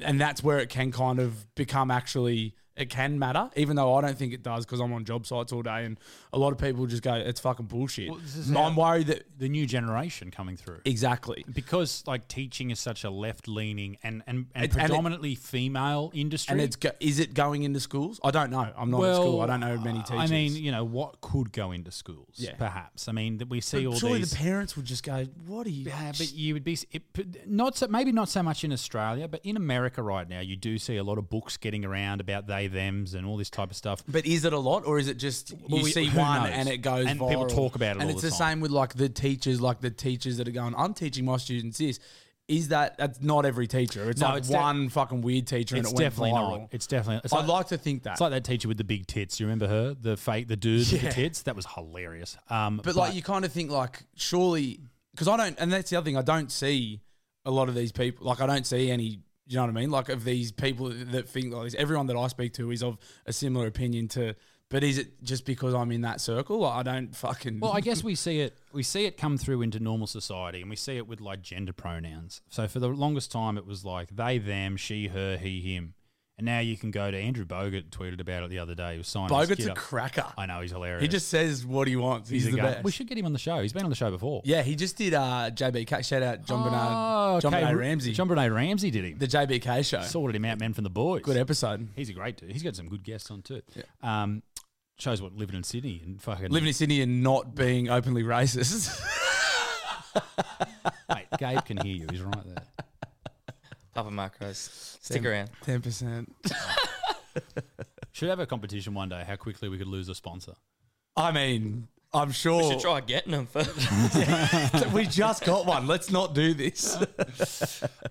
[SPEAKER 3] and that's where it can kind of become actually it can matter, even though I don't think it does because I'm on job sites all day and a lot of people just go it's fucking bullshit. I'm worried that
[SPEAKER 2] the new generation coming through.
[SPEAKER 3] Exactly.
[SPEAKER 2] Because like teaching is such a left leaning and, and, and
[SPEAKER 3] It's- and it-
[SPEAKER 2] predominantly female industry.
[SPEAKER 3] and it's go- is it going into schools? I don't know. I'm not at
[SPEAKER 2] Well,
[SPEAKER 3] school. I don't know many teachers.
[SPEAKER 2] I mean, you know, what could go into schools?
[SPEAKER 3] Yeah.
[SPEAKER 2] Perhaps. I mean, that we see
[SPEAKER 3] But
[SPEAKER 2] all
[SPEAKER 3] surely
[SPEAKER 2] these.
[SPEAKER 3] the parents would just go, "What are you?"
[SPEAKER 2] Yeah, but you would be it, p- not so maybe not so much in Australia, but in America right now, you do see a lot of books getting around about they them's and all this type of stuff.
[SPEAKER 3] But is it a lot, or is it just
[SPEAKER 2] Well,
[SPEAKER 3] you
[SPEAKER 2] we-
[SPEAKER 3] see
[SPEAKER 2] who
[SPEAKER 3] one
[SPEAKER 2] knows?
[SPEAKER 3] and it goes
[SPEAKER 2] And people
[SPEAKER 3] viral?
[SPEAKER 2] talk about it
[SPEAKER 3] And
[SPEAKER 2] all
[SPEAKER 3] it's
[SPEAKER 2] the
[SPEAKER 3] the,
[SPEAKER 2] time.
[SPEAKER 3] same with like the teachers, like the teachers that are going, "I'm teaching my students this." Is that that's not every teacher? It's
[SPEAKER 2] No,
[SPEAKER 3] like
[SPEAKER 2] it's de-
[SPEAKER 3] one fucking weird teacher, and
[SPEAKER 2] It's
[SPEAKER 3] it went
[SPEAKER 2] definitely
[SPEAKER 3] viral.
[SPEAKER 2] not. It's definitely. It's
[SPEAKER 3] I'd like to think that.
[SPEAKER 2] It's like that teacher with the big tits. You remember her? The fake, the dude with
[SPEAKER 3] Yeah.
[SPEAKER 2] the tits. That was hilarious. Um,
[SPEAKER 3] but, like you kind of think like surely because I don't, and that's the other thing I don't see a lot of these people. Like I don't see any. You know what I mean? Like of these people that think like this. Everyone that I speak to is of a similar opinion to. But is it just because I'm in that circle? Like, I don't fucking.
[SPEAKER 2] Well, I guess we see it. We see it come through into normal society, and we see it with like gender pronouns. So for the longest time, it was like they, them, she, her, he, him, and now you can go to Andrew Bogut tweeted about it the other day. He was signing. his
[SPEAKER 3] Bogut's
[SPEAKER 2] kid
[SPEAKER 3] a
[SPEAKER 2] up.
[SPEAKER 3] cracker.
[SPEAKER 2] I know he's hilarious.
[SPEAKER 3] He just says what he wants. He's,
[SPEAKER 2] He's a
[SPEAKER 3] the
[SPEAKER 2] go-
[SPEAKER 3] best.
[SPEAKER 2] We should get him on the show. He's been on the show before. Oh,
[SPEAKER 3] yeah, he just did uh, JBK. Shout out John Bernard, John
[SPEAKER 2] okay.
[SPEAKER 3] Bernard Ramsey,
[SPEAKER 2] John Brene Ramsey did him.
[SPEAKER 3] the JBK show.
[SPEAKER 2] Sorted him out, men from the boys.
[SPEAKER 3] Good episode.
[SPEAKER 2] He's a great dude. He's got some good guests on too. Um, shows what living in Sydney and fucking
[SPEAKER 3] Living in Sydney and not being openly racist.
[SPEAKER 2] Mate, Gabe can hear you. He's right there.
[SPEAKER 4] Papa Macros. Stick around.
[SPEAKER 3] Ten percent.
[SPEAKER 2] Should have a competition one day. How quickly we could lose a sponsor.
[SPEAKER 3] I mean, I'm sure
[SPEAKER 4] We should try getting them first.
[SPEAKER 3] we just got one. Let's not do this.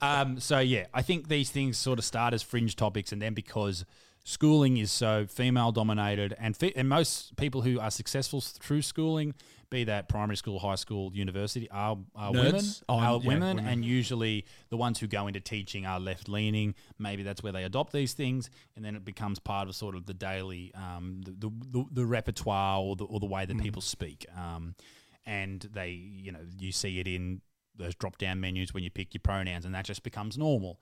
[SPEAKER 2] Um, so yeah, I think these things sort of start as fringe topics, and then because schooling is so female dominated, and fe- and most people who are successful through schooling, be that primary school, high school, university, are, are
[SPEAKER 3] Nerds?
[SPEAKER 2] women,
[SPEAKER 3] Oh,
[SPEAKER 2] are
[SPEAKER 3] yeah,
[SPEAKER 2] women,
[SPEAKER 3] women.
[SPEAKER 2] and usually the ones who go into teaching are left leaning. Maybe that's where they adopt these things, and then it becomes part of sort of the daily, um, the, the, the the repertoire or the or the way that people speak. Um, and they, you know, you see it in those drop down menus when you pick your pronouns, and that just becomes normal.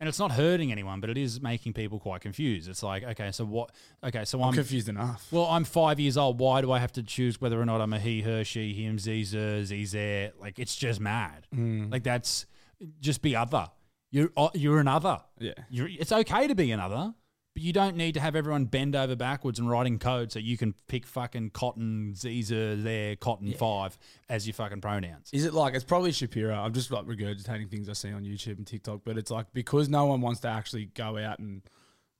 [SPEAKER 2] And it's not hurting anyone, but it is making people quite confused. It's like, okay, so what? Okay, so I'm,
[SPEAKER 3] confused enough.
[SPEAKER 2] Well, I'm five years old. Why do I have to choose whether or not I'm a he, her, she, him, ze, zer, ze, zer? Like, it's just mad. Like, that's just be other. You're uh, you're an other.
[SPEAKER 3] Yeah.
[SPEAKER 2] You're, it's okay to be another, but you don't need to have everyone bend over backwards and writing code so you can pick fucking cotton Caesar there, cotton five as your fucking pronouns.
[SPEAKER 3] Is it like it's probably Shapiro? I'm just like regurgitating things I see on YouTube and TikTok, but it's like because no one wants to actually go out and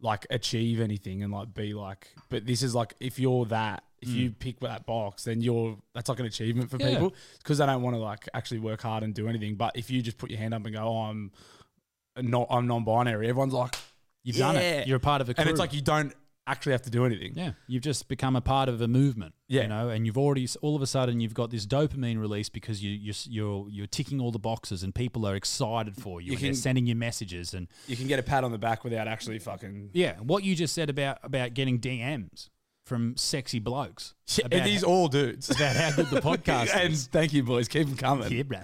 [SPEAKER 3] like achieve anything and like be like. But this is like if you're that, if you
[SPEAKER 2] Mm.
[SPEAKER 3] pick that box, then you're that's like an achievement for
[SPEAKER 2] Yeah.
[SPEAKER 3] people because they don't want to like actually work hard and do anything. But if you just put your hand up and go, oh, I'm not, I'm non-binary, everyone's like,
[SPEAKER 2] You've done it. You're a part of a
[SPEAKER 3] and it's
[SPEAKER 2] crew.
[SPEAKER 3] like you don't actually have to do anything.
[SPEAKER 2] Yeah, you've just become a part of a movement. Yeah, you know, and you've already all of a sudden you've got this dopamine release because you you're you're, you're ticking all the boxes and people are excited for you.
[SPEAKER 3] You
[SPEAKER 2] and they're
[SPEAKER 3] can-
[SPEAKER 2] sending you messages and
[SPEAKER 3] You can get a pat on the back without actually fucking
[SPEAKER 2] yeah, what you just said about about getting DMs from sexy blokes.
[SPEAKER 3] Yeah,
[SPEAKER 2] about
[SPEAKER 3] these
[SPEAKER 2] how-
[SPEAKER 3] all dudes.
[SPEAKER 2] about how good the podcast
[SPEAKER 3] and
[SPEAKER 2] is.
[SPEAKER 3] thank you, boys. Keep them coming.
[SPEAKER 2] Yeah, bro.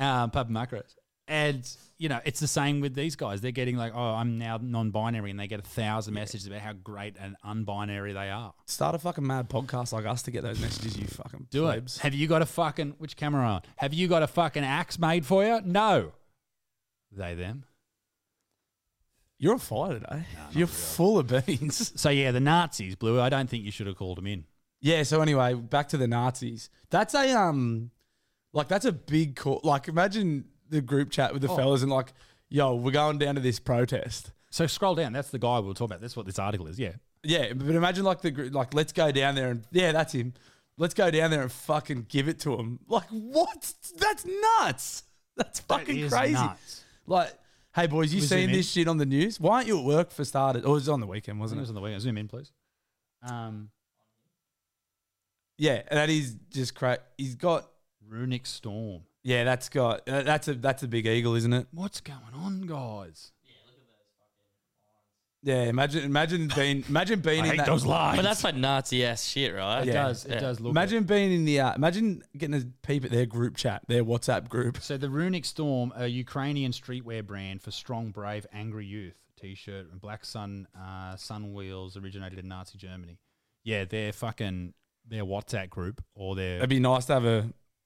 [SPEAKER 2] Um, Papa Macros. And, you know, it's the same with these guys. They're getting like, oh, I'm now non binary, and they get a thousand messages about how great and unbinary they are.
[SPEAKER 3] Start a fucking mad podcast like us to get those messages. You fucking
[SPEAKER 2] Do it. Have you got a fucking, which camera on? Have you got a fucking axe made for you? No. They, them.
[SPEAKER 3] You're on fire today. You're full of beans.
[SPEAKER 2] So, yeah, the Nazis, Blue, I don't think you should have called them in.
[SPEAKER 3] Yeah. So anyway, back to the Nazis. That's a um, like that's a big call. Like imagine the group chat with the
[SPEAKER 2] Oh.
[SPEAKER 3] fellas and like, yo, we're going down to this protest.
[SPEAKER 2] So scroll down. That's the guy we were talking about. That's what this article is. Yeah.
[SPEAKER 3] Yeah, but imagine like the gr- like let's go down there and yeah, that's him. Let's go down there and fucking give it to him. Like what? That's nuts. That's fucking
[SPEAKER 2] is
[SPEAKER 3] crazy.
[SPEAKER 2] nuts.
[SPEAKER 3] Like, hey boys, you
[SPEAKER 2] We zoom
[SPEAKER 3] seen
[SPEAKER 2] in?
[SPEAKER 3] this shit on the news? Why aren't you at work for starters? Or it was on the weekend,
[SPEAKER 2] Wasn't
[SPEAKER 3] wasn't
[SPEAKER 2] it was
[SPEAKER 3] it?
[SPEAKER 2] on the weekend? Zoom in, please. Um,
[SPEAKER 3] Yeah, that is just crazy. He's got
[SPEAKER 2] Runic Storm.
[SPEAKER 3] yeah, that's got uh, that's a that's a big eagle, isn't it?
[SPEAKER 2] What's going on, guys?
[SPEAKER 3] Yeah, imagine imagine being imagine being in that,
[SPEAKER 4] But that's like Nazi ass shit, right?
[SPEAKER 3] Yeah. Yeah. Imagine being in the uh, imagine getting a peep at their group chat, their WhatsApp group.
[SPEAKER 2] So the Runic Storm, a Ukrainian streetwear brand for strong, brave, angry youth T-shirt and Black Sun uh, Sun Wheels originated in Nazi Germany. Yeah, their fucking their WhatsApp group or their.
[SPEAKER 3] It'd be nice to have a,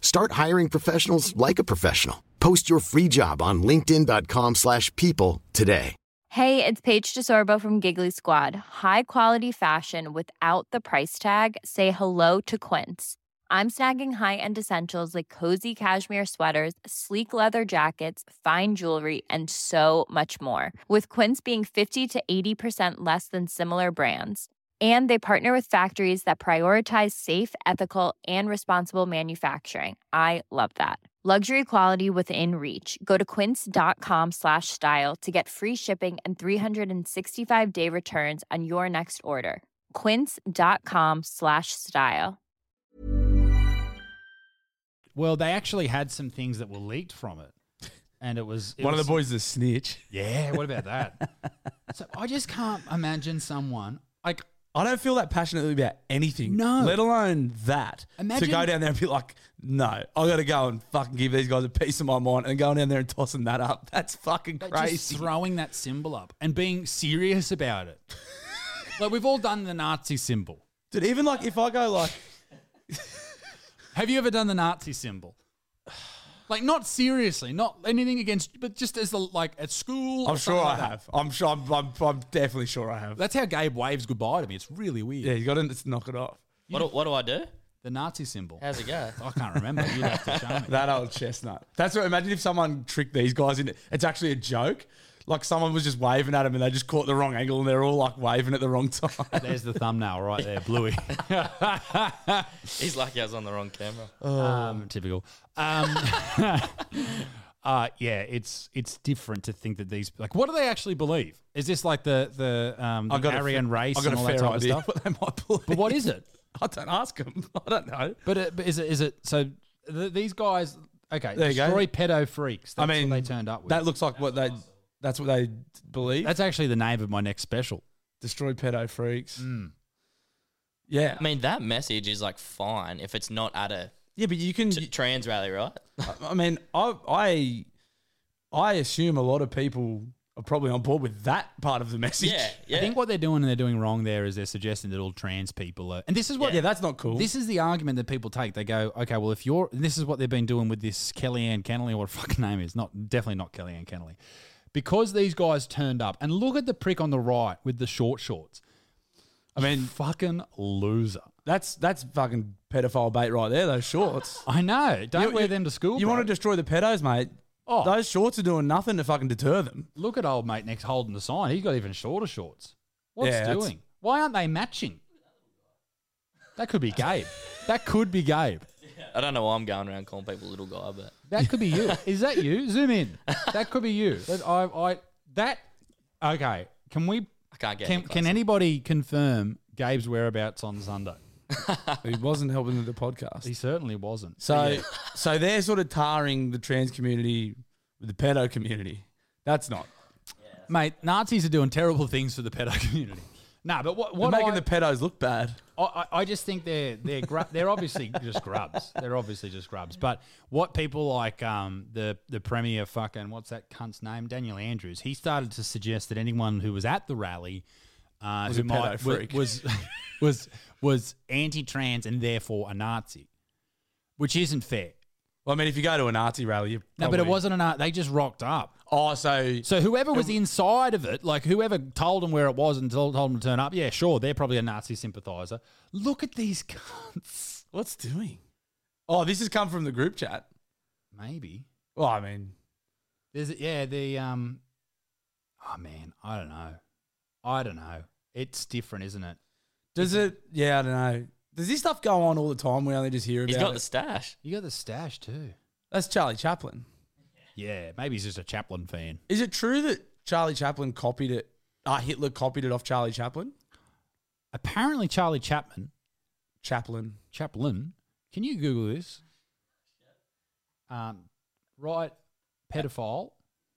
[SPEAKER 10] Start hiring professionals like a professional. Post your free job on linkedin.com/people slash people today.
[SPEAKER 11] Hey, it's Paige DeSorbo from Giggly Squad. High quality fashion without the price tag. Say hello to Quince. I'm snagging high-end essentials like cozy cashmere sweaters, sleek leather jackets, fine jewelry, and so much more. With Quince being 50 to 80% less than similar brands. And they partner with factories that prioritize safe, ethical, and responsible manufacturing. I love that. Luxury quality within reach. Go to quince.com slash style to get free shipping and 365 day returns on your next order. Quince.com slash style.
[SPEAKER 2] Well, they actually had some things that were leaked from it, and it was it
[SPEAKER 3] One
[SPEAKER 2] was-
[SPEAKER 3] of the boys is a snitch.
[SPEAKER 2] Yeah, what about that? so I just can't imagine someone like
[SPEAKER 3] I don't feel that passionately about anything.
[SPEAKER 2] No.
[SPEAKER 3] Let alone that.
[SPEAKER 2] Imagine-
[SPEAKER 3] to go down there and be like, no, I gotta go and fucking give these guys a piece of my mind and going down there and tossing that up. That's fucking
[SPEAKER 2] Like,
[SPEAKER 3] crazy.
[SPEAKER 2] Just throwing that symbol up and being serious about it. like we've all done the Nazi symbol.
[SPEAKER 3] Dude, even like if I go like
[SPEAKER 2] Have you ever done the Nazi symbol? Like not seriously, not anything against but just as the like at school.
[SPEAKER 3] I'm
[SPEAKER 2] or something
[SPEAKER 3] sure I
[SPEAKER 2] like that.
[SPEAKER 3] have. I'm sure I'm, I'm, I'm definitely sure I have.
[SPEAKER 2] That's how Gabe waves goodbye to me. It's really weird.
[SPEAKER 3] Yeah, you gotta just knock it off.
[SPEAKER 4] What do, what do I do?
[SPEAKER 2] The Nazi symbol.
[SPEAKER 4] How's it go?
[SPEAKER 2] I can't remember. You'd have to show me.
[SPEAKER 3] That old chestnut. That's what imagine if someone tricked these guys in it's actually a joke. Like someone was just waving at him and they just caught the wrong angle and they're all like waving at the wrong time.
[SPEAKER 2] There's the thumbnail right there, Bluey.
[SPEAKER 4] He's lucky I was on the wrong camera.
[SPEAKER 3] Uh.
[SPEAKER 2] Um, typical. Um, uh, yeah, it's it's different to think that these like what do they actually believe? Is this like the the um the
[SPEAKER 3] a
[SPEAKER 2] Aryan
[SPEAKER 3] fa-
[SPEAKER 2] race
[SPEAKER 3] I got
[SPEAKER 2] and
[SPEAKER 3] a
[SPEAKER 2] all
[SPEAKER 3] fair
[SPEAKER 2] that type
[SPEAKER 3] idea
[SPEAKER 2] of stuff?
[SPEAKER 3] What they might believe.
[SPEAKER 2] But what is it?
[SPEAKER 3] I don't ask them. I don't know.
[SPEAKER 2] But, it, but is it is it so th- these guys? Okay,
[SPEAKER 3] There you go.
[SPEAKER 2] destroy pedo freaks. That's
[SPEAKER 3] I mean,
[SPEAKER 2] what they turned up with.
[SPEAKER 3] That looks like what they. That's what they believe.
[SPEAKER 2] That's actually the name of my next special.
[SPEAKER 3] Destroy pedo freaks.
[SPEAKER 2] Hmm.
[SPEAKER 3] Yeah.
[SPEAKER 4] I mean, that message is like fine if it's not at a
[SPEAKER 3] yeah, but you can
[SPEAKER 4] trans rally, right?
[SPEAKER 3] I mean, I I I assume a lot of people are probably on board with that part of the message.
[SPEAKER 2] I think what they're doing and they're doing wrong there is they're suggesting that all trans people are. And this is what.
[SPEAKER 3] Yeah, that's not cool.
[SPEAKER 2] This is the argument that people take. They go, okay, well, if you're. This is what they've been doing with this Kellyanne Kennelly, or what her fucking name is. Not Definitely not Kellyanne Kennelly. Because these guys turned up. And look at the prick on the right with the short shorts. I mean, fucking loser.
[SPEAKER 3] That's that's fucking pedophile bait right there. Those shorts.
[SPEAKER 2] I know. Don't wear them to school.
[SPEAKER 3] You want to destroy the pedos, mate?
[SPEAKER 2] Oh.
[SPEAKER 3] those shorts are doing nothing to fucking deter them.
[SPEAKER 2] Look at old mate next holding the sign. He's got even shorter shorts. What's
[SPEAKER 3] Yeah, that's-
[SPEAKER 2] doing? Why aren't they matching? That could be Gabe. that could be Gabe.
[SPEAKER 4] I don't know why I'm going around calling people little guy, but
[SPEAKER 2] That could be you. Is that you? Zoom in. That could be you. That I, I that okay. Can we? I
[SPEAKER 4] can't get
[SPEAKER 2] Can,
[SPEAKER 4] any
[SPEAKER 2] can anybody confirm Gabe's whereabouts on Sunday?
[SPEAKER 3] he wasn't helping with the podcast.
[SPEAKER 2] He certainly wasn't.
[SPEAKER 3] So, so they're sort of tarring the trans community with the pedo community. That's not.
[SPEAKER 2] Mate, Nazis are doing terrible things for the pedo community. Nah, but what? what
[SPEAKER 3] They're making
[SPEAKER 2] I-
[SPEAKER 3] the pedos look bad.
[SPEAKER 2] I, I- I just think they're they're gru- they're obviously just grubs. They're obviously just grubs. But what people like um, the the premier fucking what's that cunt's name Daniel Andrews? He started to suggest that anyone who was at the rally uh,
[SPEAKER 3] Was
[SPEAKER 2] who
[SPEAKER 3] a
[SPEAKER 2] might,
[SPEAKER 3] pedo
[SPEAKER 2] wa-
[SPEAKER 3] freak.
[SPEAKER 2] was was was anti-trans and therefore a Nazi, which isn't fair.
[SPEAKER 3] Well, I mean, if you go to a Nazi rally, you
[SPEAKER 2] No, but it
[SPEAKER 3] probably-
[SPEAKER 2] wasn't an art. They just rocked up.
[SPEAKER 3] Oh, so
[SPEAKER 2] so whoever was inside of it, like whoever told them where it was and told, told them to turn up, yeah, sure, they're probably a Nazi sympathizer. Look at these cunts.
[SPEAKER 3] What's doing? Oh, this has come from the group chat.
[SPEAKER 2] Maybe
[SPEAKER 3] Well, I mean,
[SPEAKER 2] there's yeah the um. Oh man, I don't know. I don't know. It's different, isn't it?
[SPEAKER 3] does it? Yeah, I don't know. Does this stuff go on all the time? We only just hear about
[SPEAKER 2] He's
[SPEAKER 3] it.
[SPEAKER 2] got the
[SPEAKER 4] stash.
[SPEAKER 2] You got the stash too.
[SPEAKER 3] That's Charlie Chaplin.
[SPEAKER 2] Yeah, maybe he's just a Chaplin fan.
[SPEAKER 3] Is it true that Charlie Chaplin copied it? Uh, Hitler copied it off Charlie Chaplin.
[SPEAKER 2] Apparently, Charlie Chapman.
[SPEAKER 3] Chaplin.
[SPEAKER 2] Chaplin. Can you Google this? Um, right, pedophile.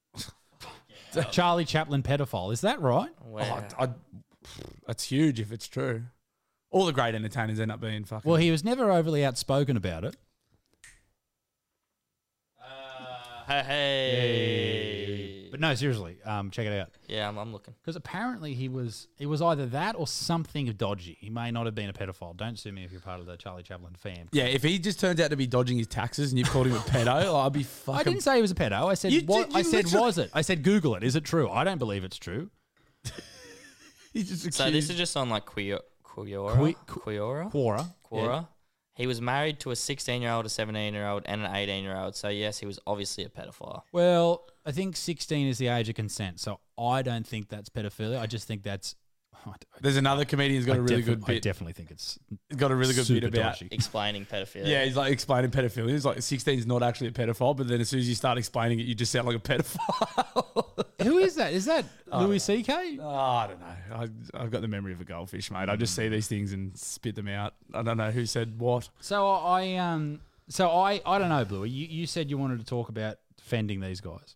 [SPEAKER 2] Charlie Chaplin pedophile. Is that right?
[SPEAKER 3] Oh, I, I, that's huge if it's true. All the great entertainers end up being fucking.
[SPEAKER 2] Well, he was never overly outspoken about it.
[SPEAKER 4] uh, hey,
[SPEAKER 2] But no, seriously, um, check it out.
[SPEAKER 4] yeah, I'm, I'm looking.
[SPEAKER 2] Because apparently he was it was either that or something dodgy. He may not have been a pedophile. Don't sue me if you're part of the Charlie Chaplin fam.
[SPEAKER 3] yeah, if he just turns out to be dodging his taxes and you called him a pedo, I'd be fucking.
[SPEAKER 2] I didn't say he was a pedo. I said
[SPEAKER 3] You
[SPEAKER 2] what
[SPEAKER 3] did- you
[SPEAKER 2] I said
[SPEAKER 3] literally-
[SPEAKER 2] was it. I said Google it. Is it true? I don't believe it's true.
[SPEAKER 4] So this is just on like Quio- Quiora.
[SPEAKER 2] Qui-
[SPEAKER 4] Quiora.
[SPEAKER 2] Quora,
[SPEAKER 4] Quora.
[SPEAKER 2] yeah.
[SPEAKER 4] He was married to a 16 year old, a 17 year old, and an 18 year old. So yes, he was obviously a pedophile.
[SPEAKER 2] Well, I think 16 is the age of consent, so I don't think that's pedophilia. I just think that's.
[SPEAKER 3] There's another comedian's got
[SPEAKER 2] I
[SPEAKER 3] a really
[SPEAKER 2] defi-
[SPEAKER 3] good bit.
[SPEAKER 2] I definitely think it's
[SPEAKER 3] He's got a really good bit
[SPEAKER 2] super
[SPEAKER 3] about.
[SPEAKER 2] dodgy.
[SPEAKER 4] Explaining pedophilia.
[SPEAKER 3] Yeah, he's like explaining pedophilia. He's like 16 is not actually a pedophile, but then as soon as you start explaining it, you just sound like a pedophile.
[SPEAKER 2] Who is that? Is that Louis C.K.?
[SPEAKER 3] Oh, I don't know. I, I've got the memory of a goldfish, mate. I
[SPEAKER 2] Mm.
[SPEAKER 3] just see these things and spit them out. I don't know who said what.
[SPEAKER 2] So I um so I I don't know, Bluey. You you said you wanted to talk about defending these guys,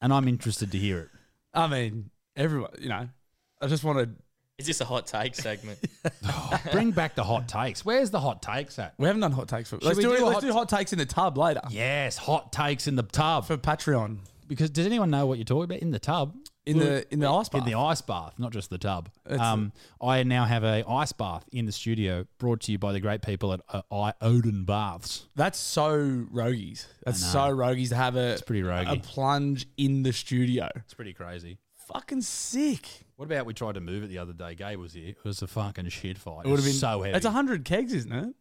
[SPEAKER 2] and I'm interested to hear it.
[SPEAKER 3] I mean, everyone, you know, I just want to.
[SPEAKER 4] Is this a hot take segment?
[SPEAKER 2] Bring back the hot takes. Where's the hot takes at?
[SPEAKER 3] We haven't done hot takes for.
[SPEAKER 2] Should
[SPEAKER 3] let's
[SPEAKER 2] we
[SPEAKER 3] do,
[SPEAKER 2] do
[SPEAKER 3] it.
[SPEAKER 2] a
[SPEAKER 3] Let's
[SPEAKER 2] hot-
[SPEAKER 3] do hot takes in the tub later.
[SPEAKER 2] Yes, hot takes in the tub
[SPEAKER 3] for Patreon.
[SPEAKER 2] Because does anyone know what you're talking about in the tub?
[SPEAKER 3] In the- in the ice
[SPEAKER 2] In the ice bath, not just the tub.
[SPEAKER 3] It's-
[SPEAKER 2] um, I now have a ice bath in the studio, brought to you by the great people at uh, I Odin Baths.
[SPEAKER 3] That's so rogies. That's
[SPEAKER 2] know.
[SPEAKER 3] so rogies to have a. It's
[SPEAKER 2] pretty rogy.
[SPEAKER 3] A plunge in the studio.
[SPEAKER 2] It's pretty crazy.
[SPEAKER 3] Fucking sick.
[SPEAKER 2] What about we tried to move it the other day? Gabe was here. It was a fucking shit fight.
[SPEAKER 3] It would have been
[SPEAKER 2] so heavy.
[SPEAKER 3] It's hundred kegs, isn't it?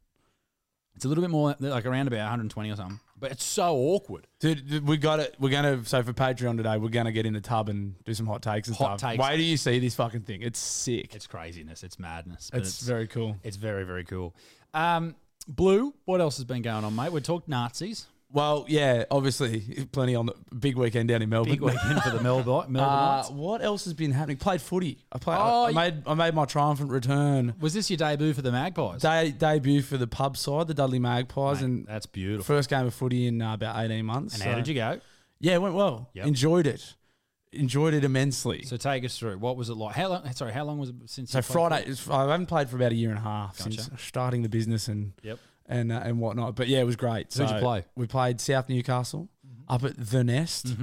[SPEAKER 2] It's a little bit more, like around about 120 or something. But it's so awkward.
[SPEAKER 3] Dude, th- we got it. We're gonna so for Patreon today, we're gonna get in the tub and do some hot takes and
[SPEAKER 2] Hot
[SPEAKER 3] stuff.
[SPEAKER 2] takes.
[SPEAKER 3] Why do you see this fucking thing? It's sick.
[SPEAKER 2] It's craziness. It's madness. but
[SPEAKER 3] It's, very cool.
[SPEAKER 2] It's very very cool. Um, Blue, what else has been going on, mate? We talked Nazis.
[SPEAKER 3] Well, yeah, obviously, plenty on the big weekend down in Melbourne.
[SPEAKER 2] Big weekend for the Melbourne.
[SPEAKER 3] Uh,
[SPEAKER 2] Melbourneites.
[SPEAKER 3] what else has been happening? Played footy. I played.
[SPEAKER 2] Oh,
[SPEAKER 3] I,
[SPEAKER 2] you-
[SPEAKER 3] made. I made my triumphant return.
[SPEAKER 2] Was this your debut for the Magpies?
[SPEAKER 3] Day, debut for the pub side, the Dudley Magpies, and
[SPEAKER 2] That's beautiful.
[SPEAKER 3] first game of footy in uh, about eighteen months.
[SPEAKER 2] And how did you go?
[SPEAKER 3] Yeah, it went well.
[SPEAKER 2] Yep.
[SPEAKER 3] Enjoyed it. Enjoyed it immensely.
[SPEAKER 2] So take us through. What was it like? How long? Sorry, how long was it since?
[SPEAKER 3] So
[SPEAKER 2] you played
[SPEAKER 3] Friday, it's- I haven't played for about a year and a half
[SPEAKER 2] Gotcha.
[SPEAKER 3] since starting the business and
[SPEAKER 2] Yep.
[SPEAKER 3] and uh, and whatnot. But yeah, it was great.
[SPEAKER 2] Who'd you play? Mm-hmm.
[SPEAKER 3] We played South Newcastle. up at The Nest,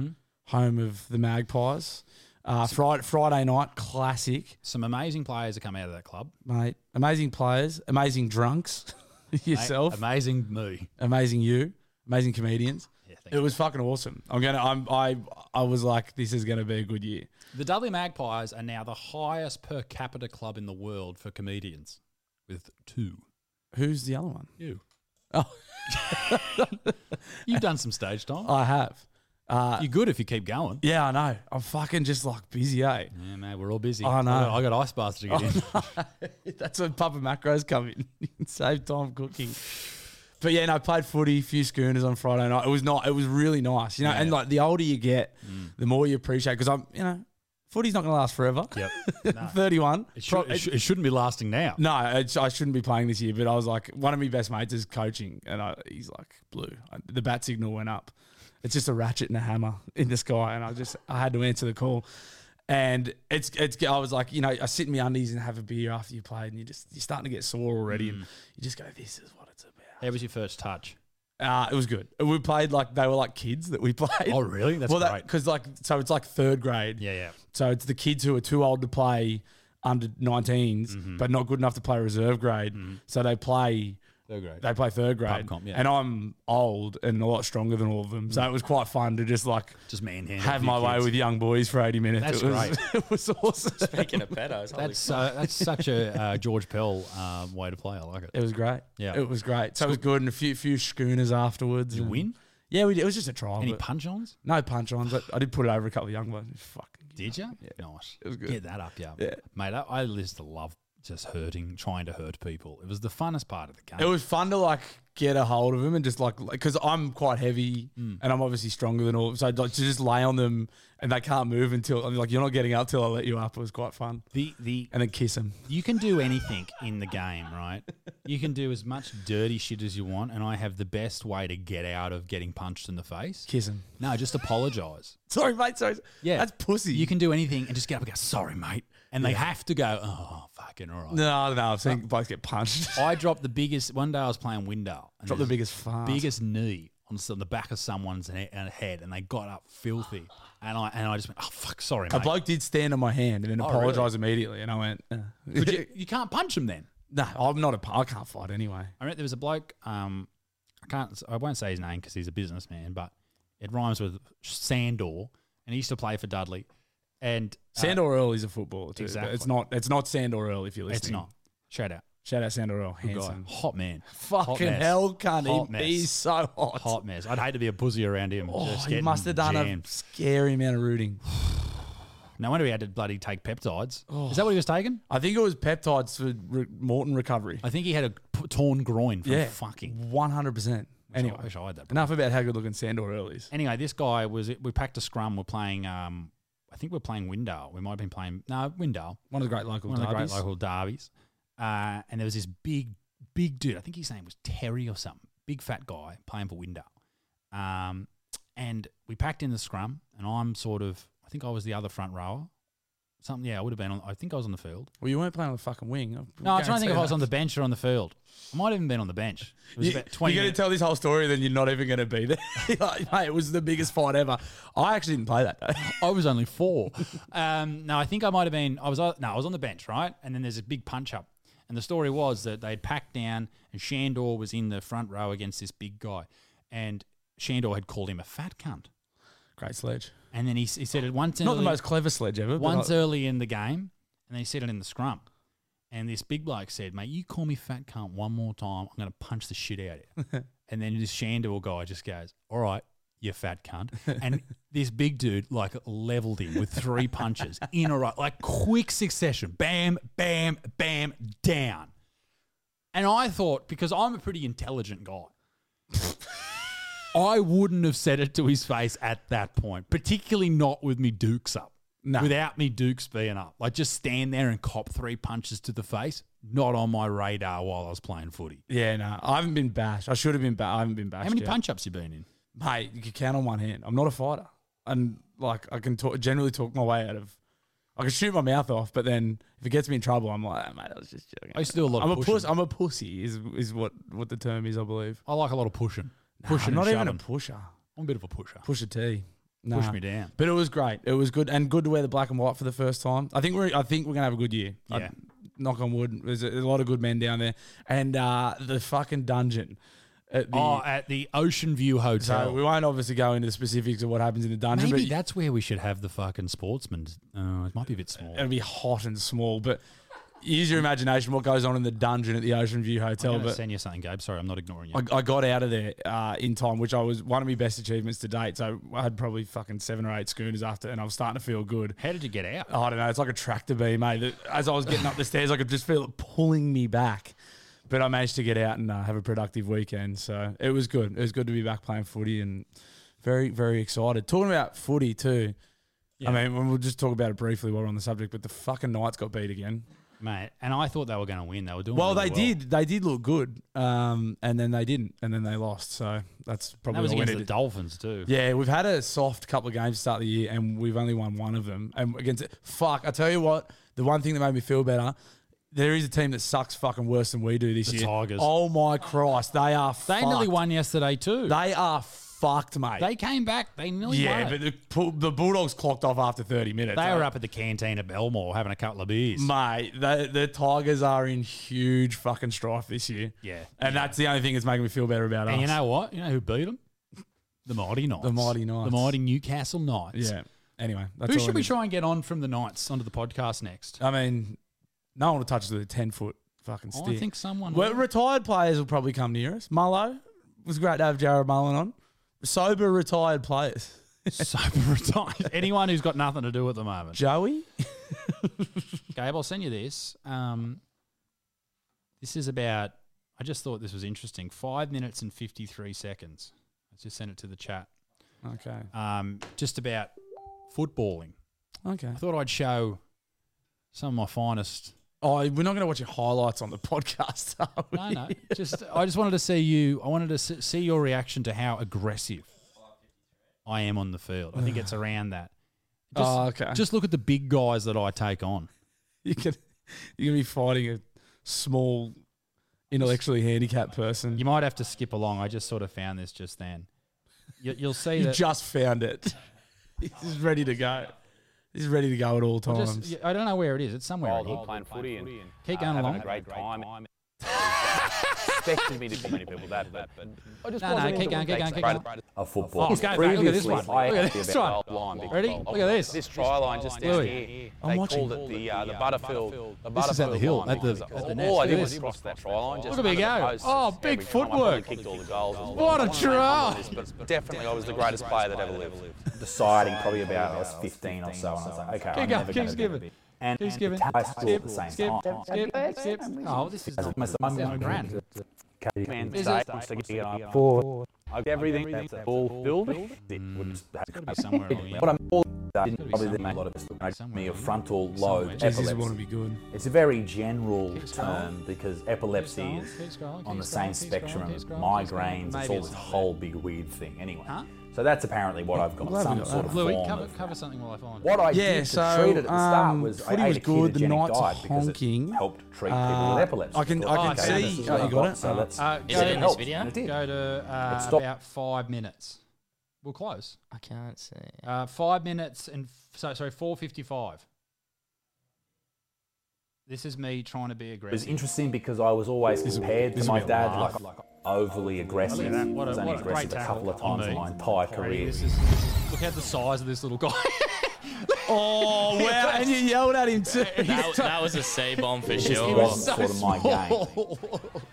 [SPEAKER 3] home of the Magpies. Uh, Friday, Friday night, classic.
[SPEAKER 2] Some amazing players have come out of that club.
[SPEAKER 3] Mate, amazing players, amazing drunks, yourself.
[SPEAKER 2] amazing me.
[SPEAKER 3] Amazing you. Amazing comedians. it was fucking awesome. I'm gonna. I'm. I. I was like, this is gonna be a good year.
[SPEAKER 2] The Dudley Magpies are now the highest per capita club in the world for comedians, with two.
[SPEAKER 3] Who's the other one?
[SPEAKER 2] You.
[SPEAKER 3] Oh.
[SPEAKER 2] You've done some stage time.
[SPEAKER 3] I have. Uh,
[SPEAKER 2] You're good if you keep going.
[SPEAKER 3] Yeah, I know. I'm fucking just like busy, eh?
[SPEAKER 2] Yeah, mate, we're all busy.
[SPEAKER 3] I know.
[SPEAKER 2] I got, I got ice baths to get in.
[SPEAKER 3] That's when Papa Macros come in. Save time cooking. But yeah, no, I played footy, few schooners on Friday night. It was not. It was really nice, you know. And like the older you get,
[SPEAKER 2] Mm.
[SPEAKER 3] the more you appreciate. Because I'm, you know, footy's not going to last forever. Yep. Thirty-one.
[SPEAKER 2] It, should, it, should, it shouldn't be lasting now.
[SPEAKER 3] No, it's, I shouldn't be playing this year. But I was like, one of my best mates is coaching, and I, he's like, blue. The bat signal went up. It's just a ratchet and a hammer in the sky, and I just I had to answer the call. And it's it's I was like, you know, I sit in my undies and have a beer after you played, and you just you're starting to get sore already, and you just go, this is what it's about.
[SPEAKER 2] How was your first touch?
[SPEAKER 3] Uh, it was good. We played like they were like kids that we played.
[SPEAKER 2] Oh, really? That's great.
[SPEAKER 3] Because like so, it's like third grade.
[SPEAKER 2] Yeah, yeah.
[SPEAKER 3] So it's the kids who are too old to play under 19s,
[SPEAKER 2] Mhm.
[SPEAKER 3] but not good enough to play reserve grade. So they play
[SPEAKER 2] Mm-hmm. Third grade.
[SPEAKER 3] They play third grade,
[SPEAKER 2] comp, yeah.
[SPEAKER 3] and I'm old and a lot stronger than all of them. So
[SPEAKER 2] Mm.
[SPEAKER 3] it was quite fun to just like
[SPEAKER 2] Just manhandle
[SPEAKER 3] have
[SPEAKER 2] a few
[SPEAKER 3] my way
[SPEAKER 2] kids.
[SPEAKER 3] with young boys for 80 minutes.
[SPEAKER 2] That's
[SPEAKER 3] it was,
[SPEAKER 2] great.
[SPEAKER 3] It was awesome.
[SPEAKER 4] Speaking of pedos, holy
[SPEAKER 2] That's uh,
[SPEAKER 4] fuck.
[SPEAKER 2] that's such a uh, George Pell um, way to play. I like it.
[SPEAKER 3] It was great.
[SPEAKER 2] Yeah,
[SPEAKER 3] it was great. So it was good, and a few few schooners afterwards. You
[SPEAKER 2] win?
[SPEAKER 3] Yeah, we did. It was just a trial.
[SPEAKER 2] Any
[SPEAKER 3] but-
[SPEAKER 2] punch-ons?
[SPEAKER 3] No punch ons. But I did put it over a couple of young ones. Fuck.
[SPEAKER 2] Did you? Nice.
[SPEAKER 3] It was good.
[SPEAKER 2] Get that up, yeah.
[SPEAKER 3] Yeah.
[SPEAKER 2] Mate, I, I used to love just hurting, trying to hurt people. It was the funnest part of the game.
[SPEAKER 3] It was fun to like get a hold of them and just like because I'm quite heavy
[SPEAKER 2] Mm.
[SPEAKER 3] and I'm obviously stronger than all. So like, to just lay on them and they can't move until I'm like you're not getting up till I let you up. It was quite fun.
[SPEAKER 2] The the
[SPEAKER 3] and then kiss them.
[SPEAKER 2] You can do anything in the game, right? You can do as much dirty shit as you want, and I have the best way to get out of getting punched in the face.
[SPEAKER 3] Kiss him.
[SPEAKER 2] No, just apologise.
[SPEAKER 3] Sorry, mate. Sorry.
[SPEAKER 2] Yeah.
[SPEAKER 3] That's pussy.
[SPEAKER 2] You can do anything and just get up and go, sorry, mate. And they
[SPEAKER 3] Yeah.
[SPEAKER 2] have to go, oh, fucking all right.
[SPEAKER 3] No, no, I've seen both get punched.
[SPEAKER 2] I dropped the biggest. One day I was playing window. and
[SPEAKER 3] Dropped the
[SPEAKER 2] there's
[SPEAKER 3] biggest fart.
[SPEAKER 2] biggest knee on s- on the back of someone's he- uh, head, and they got up filthy. And I and I just went, oh fuck, sorry,
[SPEAKER 3] A
[SPEAKER 2] mate.
[SPEAKER 3] bloke did stand on my hand and then
[SPEAKER 2] Oh,
[SPEAKER 3] apologise
[SPEAKER 2] really?
[SPEAKER 3] immediately, and I went, eh.
[SPEAKER 2] Could you, you can't punch him then.
[SPEAKER 3] "No, I'm not a. pa- I can't fight anyway."
[SPEAKER 2] I remember there was a bloke. Um, I can't. I won't say his name because he's a businessman, but it rhymes with Sandor, and he used to play for Dudley. And uh,
[SPEAKER 3] Sandor Earl is a footballer too. Exactly.
[SPEAKER 2] Exactly.
[SPEAKER 3] It's not. It's not Sandor Earl if you're listening.
[SPEAKER 2] it's not. Shout out.
[SPEAKER 3] Shout out Sandor Earl.
[SPEAKER 2] Good guy.
[SPEAKER 3] Handsome.
[SPEAKER 2] Hot man. Hot
[SPEAKER 3] Fucking
[SPEAKER 2] mess.
[SPEAKER 3] hell, cunt.
[SPEAKER 2] Hot
[SPEAKER 3] He- he's so hot.
[SPEAKER 2] Hot mess. I'd hate to be a pussy around him.
[SPEAKER 3] Oh,
[SPEAKER 2] Just
[SPEAKER 3] he
[SPEAKER 2] getting
[SPEAKER 3] must have done
[SPEAKER 2] jammed.
[SPEAKER 3] a scary amount of rooting.
[SPEAKER 2] No wonder he had to bloody take peptides.
[SPEAKER 3] Oh.
[SPEAKER 2] Is that what he was taking?
[SPEAKER 3] I think it was peptides for re- Morton recovery.
[SPEAKER 2] I think he had a p- torn groin from
[SPEAKER 3] yeah,
[SPEAKER 2] fucking.
[SPEAKER 3] one hundred percent. Anyway,
[SPEAKER 2] wish I had that
[SPEAKER 3] Enough about how good looking Sandor Earl is.
[SPEAKER 2] Anyway, this guy was. We packed a scrum. We're playing. Um, I think we're playing Windale. We might have been playing. No, Windale.
[SPEAKER 3] One of the great local
[SPEAKER 2] One of the great
[SPEAKER 3] derbies.
[SPEAKER 2] local derbies. Uh, and there was this big, big dude. I think his name was Terry or something. Big fat guy playing for Windale. Um, and we packed in the scrum, and I'm sort of. I think I was the other front rower. Something. Yeah, I would have been on. I think I was on the field.
[SPEAKER 3] Well, you weren't playing on the fucking wing. I
[SPEAKER 2] No, I'm trying to think if I was
[SPEAKER 3] guarantee
[SPEAKER 2] on the bench or on the field. I might have even been on the bench. It was
[SPEAKER 3] You,
[SPEAKER 2] about 20
[SPEAKER 3] you're going
[SPEAKER 2] minutes.
[SPEAKER 3] to tell this whole story, then you're not even going to be there. You're like, mate, it was the biggest fight ever. I actually didn't play that day.
[SPEAKER 2] I was only four. Um, no, I think I might have been. I was uh, no, I was on the bench, right? And then there's a big punch up. And the story was that they'd packed down, and Shandor was in the front row against this big guy, and Shandor had called him a fat cunt.
[SPEAKER 3] Great sledge.
[SPEAKER 2] And then he, s- he said it once.
[SPEAKER 3] Not the
[SPEAKER 2] early-
[SPEAKER 3] most clever sledge ever. but
[SPEAKER 2] once
[SPEAKER 3] I-
[SPEAKER 2] early in the game, and then he said it in the scrum. And this big bloke said, "Mate, you call me fat cunt one more time, I'm going to punch the shit out of you." and then this Shandor guy just goes, "All right, you fat cunt," and this big dude like leveled him with three punches in a row, like quick succession, bam, bam, bam, down. And I thought because I'm a pretty intelligent guy. I wouldn't have said it to his face at that point, particularly not with me dukes up.
[SPEAKER 3] No.
[SPEAKER 2] Without me dukes being up. Like just stand there and cop three punches to the face. Not on my radar while I was playing footy.
[SPEAKER 3] yeah, no, I haven't been bashed. I should have been. Ba- I haven't been bashed.
[SPEAKER 2] How many
[SPEAKER 3] yet.
[SPEAKER 2] punch ups you been in?
[SPEAKER 3] Mate, you can count on one hand. I'm not a fighter, and like I can talk, generally talk my way out of. I can shoot my mouth off, but then if it gets me in trouble, I'm like, "Ah, mate, I was just joking.
[SPEAKER 2] I used to do a lot of
[SPEAKER 3] I'm a
[SPEAKER 2] pushing.
[SPEAKER 3] puss. I'm a pussy. Is is what what the term is, I believe.
[SPEAKER 2] I like a lot of pushing.
[SPEAKER 3] Nah,
[SPEAKER 2] pushing
[SPEAKER 3] I'm not
[SPEAKER 2] and
[SPEAKER 3] even a
[SPEAKER 2] shoving.
[SPEAKER 3] pusher.
[SPEAKER 2] I'm a bit of a pusher.
[SPEAKER 3] Push a T. Nah.
[SPEAKER 2] Push me down.
[SPEAKER 3] But it was great. It was good and good to wear the black and white for the first time. I think we're I think we're gonna have a good year. I-
[SPEAKER 2] Yeah.
[SPEAKER 3] knock on wood. There's a, there's a lot of good men down there. And uh, the fucking dungeon. At the,
[SPEAKER 2] Oh, at the Ocean View Hotel.
[SPEAKER 3] So we won't obviously go into the specifics of what happens in the dungeon.
[SPEAKER 2] Maybe
[SPEAKER 3] but
[SPEAKER 2] that's where we should have the fucking sportsman. Oh, it might be a bit small.
[SPEAKER 3] it'll be hot Uh, and small. But use your imagination. What goes on in the dungeon at the Ocean View Hotel?
[SPEAKER 2] I'm gonna
[SPEAKER 3] But
[SPEAKER 2] send you something, Gabe. Sorry, I'm not ignoring you.
[SPEAKER 3] I, I got out of there uh, in time, which I was one of my best achievements to date. So I had probably fucking seven or eight schooners after, and I was starting to feel good.
[SPEAKER 2] How did you get out?
[SPEAKER 3] I don't know. It's like a tractor beam, mate. That- As I was getting up the stairs, I could just feel it pulling me back. But I managed to get out and uh, have a productive weekend. So it was good. It was good to be back playing footy and very, very excited. Talking about footy too. I mean, we'll- we'll just talk about it briefly while we're on the subject, but the fucking Knights got beat again.
[SPEAKER 2] Mate, and I thought they were going to win. They were doing
[SPEAKER 3] Well,
[SPEAKER 2] really
[SPEAKER 3] they did. They did look good, um, and then they didn't, and then they lost. So that's probably
[SPEAKER 2] that was
[SPEAKER 3] all we
[SPEAKER 2] against the
[SPEAKER 3] needed.
[SPEAKER 2] Dolphins too.
[SPEAKER 3] Yeah, we've had a soft couple of games to start the year, and we've only won one of them. And against fuck, I tell you what, the one thing that made me feel better, there is a team that sucks fucking worse than we do this
[SPEAKER 2] The
[SPEAKER 3] year.
[SPEAKER 2] Tigers.
[SPEAKER 3] Oh my Christ, they are.
[SPEAKER 2] They
[SPEAKER 3] fucked.
[SPEAKER 2] nearly won yesterday too.
[SPEAKER 3] They are fucked, mate.
[SPEAKER 2] They came back. They nearly
[SPEAKER 3] yeah,
[SPEAKER 2] won.
[SPEAKER 3] but the, Bull- the Bulldogs clocked off after thirty minutes.
[SPEAKER 2] they
[SPEAKER 3] Uh,
[SPEAKER 2] were up at the canteen at Belmore having a couple of beers.
[SPEAKER 3] Mate, the, the Tigers are in huge fucking strife this year.
[SPEAKER 2] Yeah.
[SPEAKER 3] And that's the only thing that's making me feel better about
[SPEAKER 2] and
[SPEAKER 3] us.
[SPEAKER 2] you know what? You know who beat them? The Mighty Knights.
[SPEAKER 3] The Mighty Knights.
[SPEAKER 2] The Mighty Newcastle Knights.
[SPEAKER 3] Yeah. Anyway, that's
[SPEAKER 2] who
[SPEAKER 3] all I
[SPEAKER 2] should we
[SPEAKER 3] need.
[SPEAKER 2] try and get on from the Knights onto the podcast next?
[SPEAKER 3] I mean, no one will touch us with a 10 foot fucking
[SPEAKER 2] I
[SPEAKER 3] stick.
[SPEAKER 2] think someone
[SPEAKER 3] Well,
[SPEAKER 2] will.
[SPEAKER 3] retired players will probably come near us. Mullo it was great to have Jared Mullen on. Sober retired players.
[SPEAKER 2] Sober retired. Anyone who's got nothing to do at the moment.
[SPEAKER 3] Joey?
[SPEAKER 2] Gabe, I'll send you this. Um, this is about. I just thought this was interesting. Five minutes and fifty-three seconds. Let's just send it to the chat.
[SPEAKER 3] Okay.
[SPEAKER 2] Um, just about footballing.
[SPEAKER 3] Okay.
[SPEAKER 2] I thought I'd show some of my finest.
[SPEAKER 3] Oh, we're not going to watch your highlights on the podcast, are we?
[SPEAKER 2] No, no. Just I just wanted to see you. I wanted to se- see your reaction to how aggressive I am on the field. I think it's around that. Just,
[SPEAKER 3] Oh, okay.
[SPEAKER 2] Just look at the big guys that I take on.
[SPEAKER 3] You can, you're going to be fighting a small, intellectually handicapped person.
[SPEAKER 2] You might have to skip along. I just sort of found this just then. You, you'll see
[SPEAKER 3] You
[SPEAKER 2] that.
[SPEAKER 3] just found it. He's just ready to go. He's ready to go at all
[SPEAKER 2] I
[SPEAKER 3] times.
[SPEAKER 2] just- I don't know where it is. It's somewhere.
[SPEAKER 12] Oh,
[SPEAKER 2] in here.
[SPEAKER 12] playing footy and, uh,
[SPEAKER 2] Keep going
[SPEAKER 12] having
[SPEAKER 2] along.
[SPEAKER 12] a great, time. expected me to be many people that, but I just
[SPEAKER 2] No, no,
[SPEAKER 12] wasn't
[SPEAKER 2] keep
[SPEAKER 12] into
[SPEAKER 2] going,
[SPEAKER 12] it.
[SPEAKER 2] keep going,
[SPEAKER 12] Takes
[SPEAKER 2] keep
[SPEAKER 12] great-
[SPEAKER 2] going.
[SPEAKER 12] A football.
[SPEAKER 2] Oh, he's going back. Look at this one.
[SPEAKER 12] Previously, I
[SPEAKER 2] Look at
[SPEAKER 12] had the
[SPEAKER 2] this
[SPEAKER 12] about
[SPEAKER 2] one.
[SPEAKER 12] line because
[SPEAKER 2] Ready?
[SPEAKER 12] of-
[SPEAKER 2] Look at this.
[SPEAKER 12] Oh, This try line just down
[SPEAKER 2] Louis.
[SPEAKER 12] here.
[SPEAKER 2] I'm
[SPEAKER 12] they
[SPEAKER 2] watching.
[SPEAKER 12] called it the uh, the Butterfield. The
[SPEAKER 2] This is at the
[SPEAKER 12] Butterfield
[SPEAKER 2] hill,
[SPEAKER 12] line
[SPEAKER 2] at the-
[SPEAKER 12] because
[SPEAKER 2] at the
[SPEAKER 12] All I
[SPEAKER 2] nets.
[SPEAKER 12] did
[SPEAKER 2] Look
[SPEAKER 12] was
[SPEAKER 2] at
[SPEAKER 12] cross that try line. Just
[SPEAKER 2] Look at me
[SPEAKER 12] under the
[SPEAKER 2] go.
[SPEAKER 12] posts
[SPEAKER 2] Oh,
[SPEAKER 12] every time. I probably
[SPEAKER 2] big footwork.
[SPEAKER 12] Kicked all the goals. as well.
[SPEAKER 2] What a
[SPEAKER 12] I won't name
[SPEAKER 2] try.
[SPEAKER 12] others, but Definitely, I was the greatest player that ever lived. Deciding probably about I was 15 or so, and I was like, okay,
[SPEAKER 2] Keep going, keep skipping.
[SPEAKER 12] And
[SPEAKER 2] Keep skipping.
[SPEAKER 12] I still at the same
[SPEAKER 2] skip,
[SPEAKER 12] time.
[SPEAKER 2] Skip, skip, skip. Oh, this is not, this is not grand.
[SPEAKER 12] Man,
[SPEAKER 2] Is
[SPEAKER 12] today
[SPEAKER 2] it-
[SPEAKER 12] wants to get up for everything that's a full building. It
[SPEAKER 2] Mm.
[SPEAKER 12] would just have to be somewhere
[SPEAKER 2] along here.
[SPEAKER 12] But I'm all that didn't probably didn't make a lot of us look like me a frontal lobe epilepsy. It's a very general term because epilepsy is
[SPEAKER 2] keep
[SPEAKER 12] on
[SPEAKER 2] scrolling, keep
[SPEAKER 12] the same
[SPEAKER 2] scrolling, keep
[SPEAKER 12] spectrum
[SPEAKER 2] scrolling,
[SPEAKER 12] as
[SPEAKER 2] keep scrolling,
[SPEAKER 12] migraines.
[SPEAKER 2] keep scrolling.
[SPEAKER 12] It's
[SPEAKER 2] Maybe
[SPEAKER 12] all
[SPEAKER 2] it's
[SPEAKER 12] this
[SPEAKER 2] not
[SPEAKER 12] whole big weird thing. Anyway, so that's apparently what I've got.
[SPEAKER 3] glad we
[SPEAKER 12] Some
[SPEAKER 3] got
[SPEAKER 12] sort
[SPEAKER 3] that.
[SPEAKER 12] of
[SPEAKER 2] Louis,
[SPEAKER 12] form
[SPEAKER 2] cover,
[SPEAKER 12] of
[SPEAKER 2] cover something while I find it.
[SPEAKER 12] what I
[SPEAKER 3] Yeah,
[SPEAKER 12] did
[SPEAKER 3] so,
[SPEAKER 12] to treat it at the start
[SPEAKER 3] um,
[SPEAKER 12] was
[SPEAKER 3] footy
[SPEAKER 12] I ate
[SPEAKER 3] was
[SPEAKER 12] a
[SPEAKER 3] good, the
[SPEAKER 12] ketogenic
[SPEAKER 3] Knights are
[SPEAKER 12] diet because
[SPEAKER 3] honking.
[SPEAKER 12] it helped treat people
[SPEAKER 3] Uh,
[SPEAKER 12] with epilepsy.
[SPEAKER 3] I can-
[SPEAKER 12] So
[SPEAKER 3] I can
[SPEAKER 12] thought, okay,
[SPEAKER 3] see-
[SPEAKER 12] this is
[SPEAKER 3] oh,
[SPEAKER 12] what
[SPEAKER 3] you
[SPEAKER 12] I've
[SPEAKER 3] got it?
[SPEAKER 12] So
[SPEAKER 3] Uh,
[SPEAKER 12] let's
[SPEAKER 2] Uh,
[SPEAKER 4] Is it in this
[SPEAKER 12] helped,
[SPEAKER 4] video?
[SPEAKER 12] and it did.
[SPEAKER 2] Go to
[SPEAKER 12] It
[SPEAKER 2] uh,
[SPEAKER 12] stopped.
[SPEAKER 2] about five minutes. We're close.
[SPEAKER 4] I can't see.
[SPEAKER 2] Uh, five minutes and f- so sorry, four fifty-five. This is me trying to be
[SPEAKER 12] It was
[SPEAKER 2] aggressive.
[SPEAKER 12] interesting because I was always
[SPEAKER 3] This will-
[SPEAKER 12] compared to
[SPEAKER 3] this will
[SPEAKER 12] my
[SPEAKER 3] be a
[SPEAKER 12] dad,
[SPEAKER 3] laugh.
[SPEAKER 12] like overly aggressive.
[SPEAKER 2] that. What
[SPEAKER 12] I
[SPEAKER 2] a-
[SPEAKER 12] was only
[SPEAKER 2] what a great
[SPEAKER 12] aggressive a couple of
[SPEAKER 2] tackle on
[SPEAKER 12] times in
[SPEAKER 2] me.
[SPEAKER 12] my entire career.
[SPEAKER 2] This is, this is, look at the size of this little guy.
[SPEAKER 3] oh, wow. And you yelled at him too.
[SPEAKER 4] That, that was a C bomb for
[SPEAKER 12] It
[SPEAKER 4] sure.
[SPEAKER 12] wasn't sort of my game.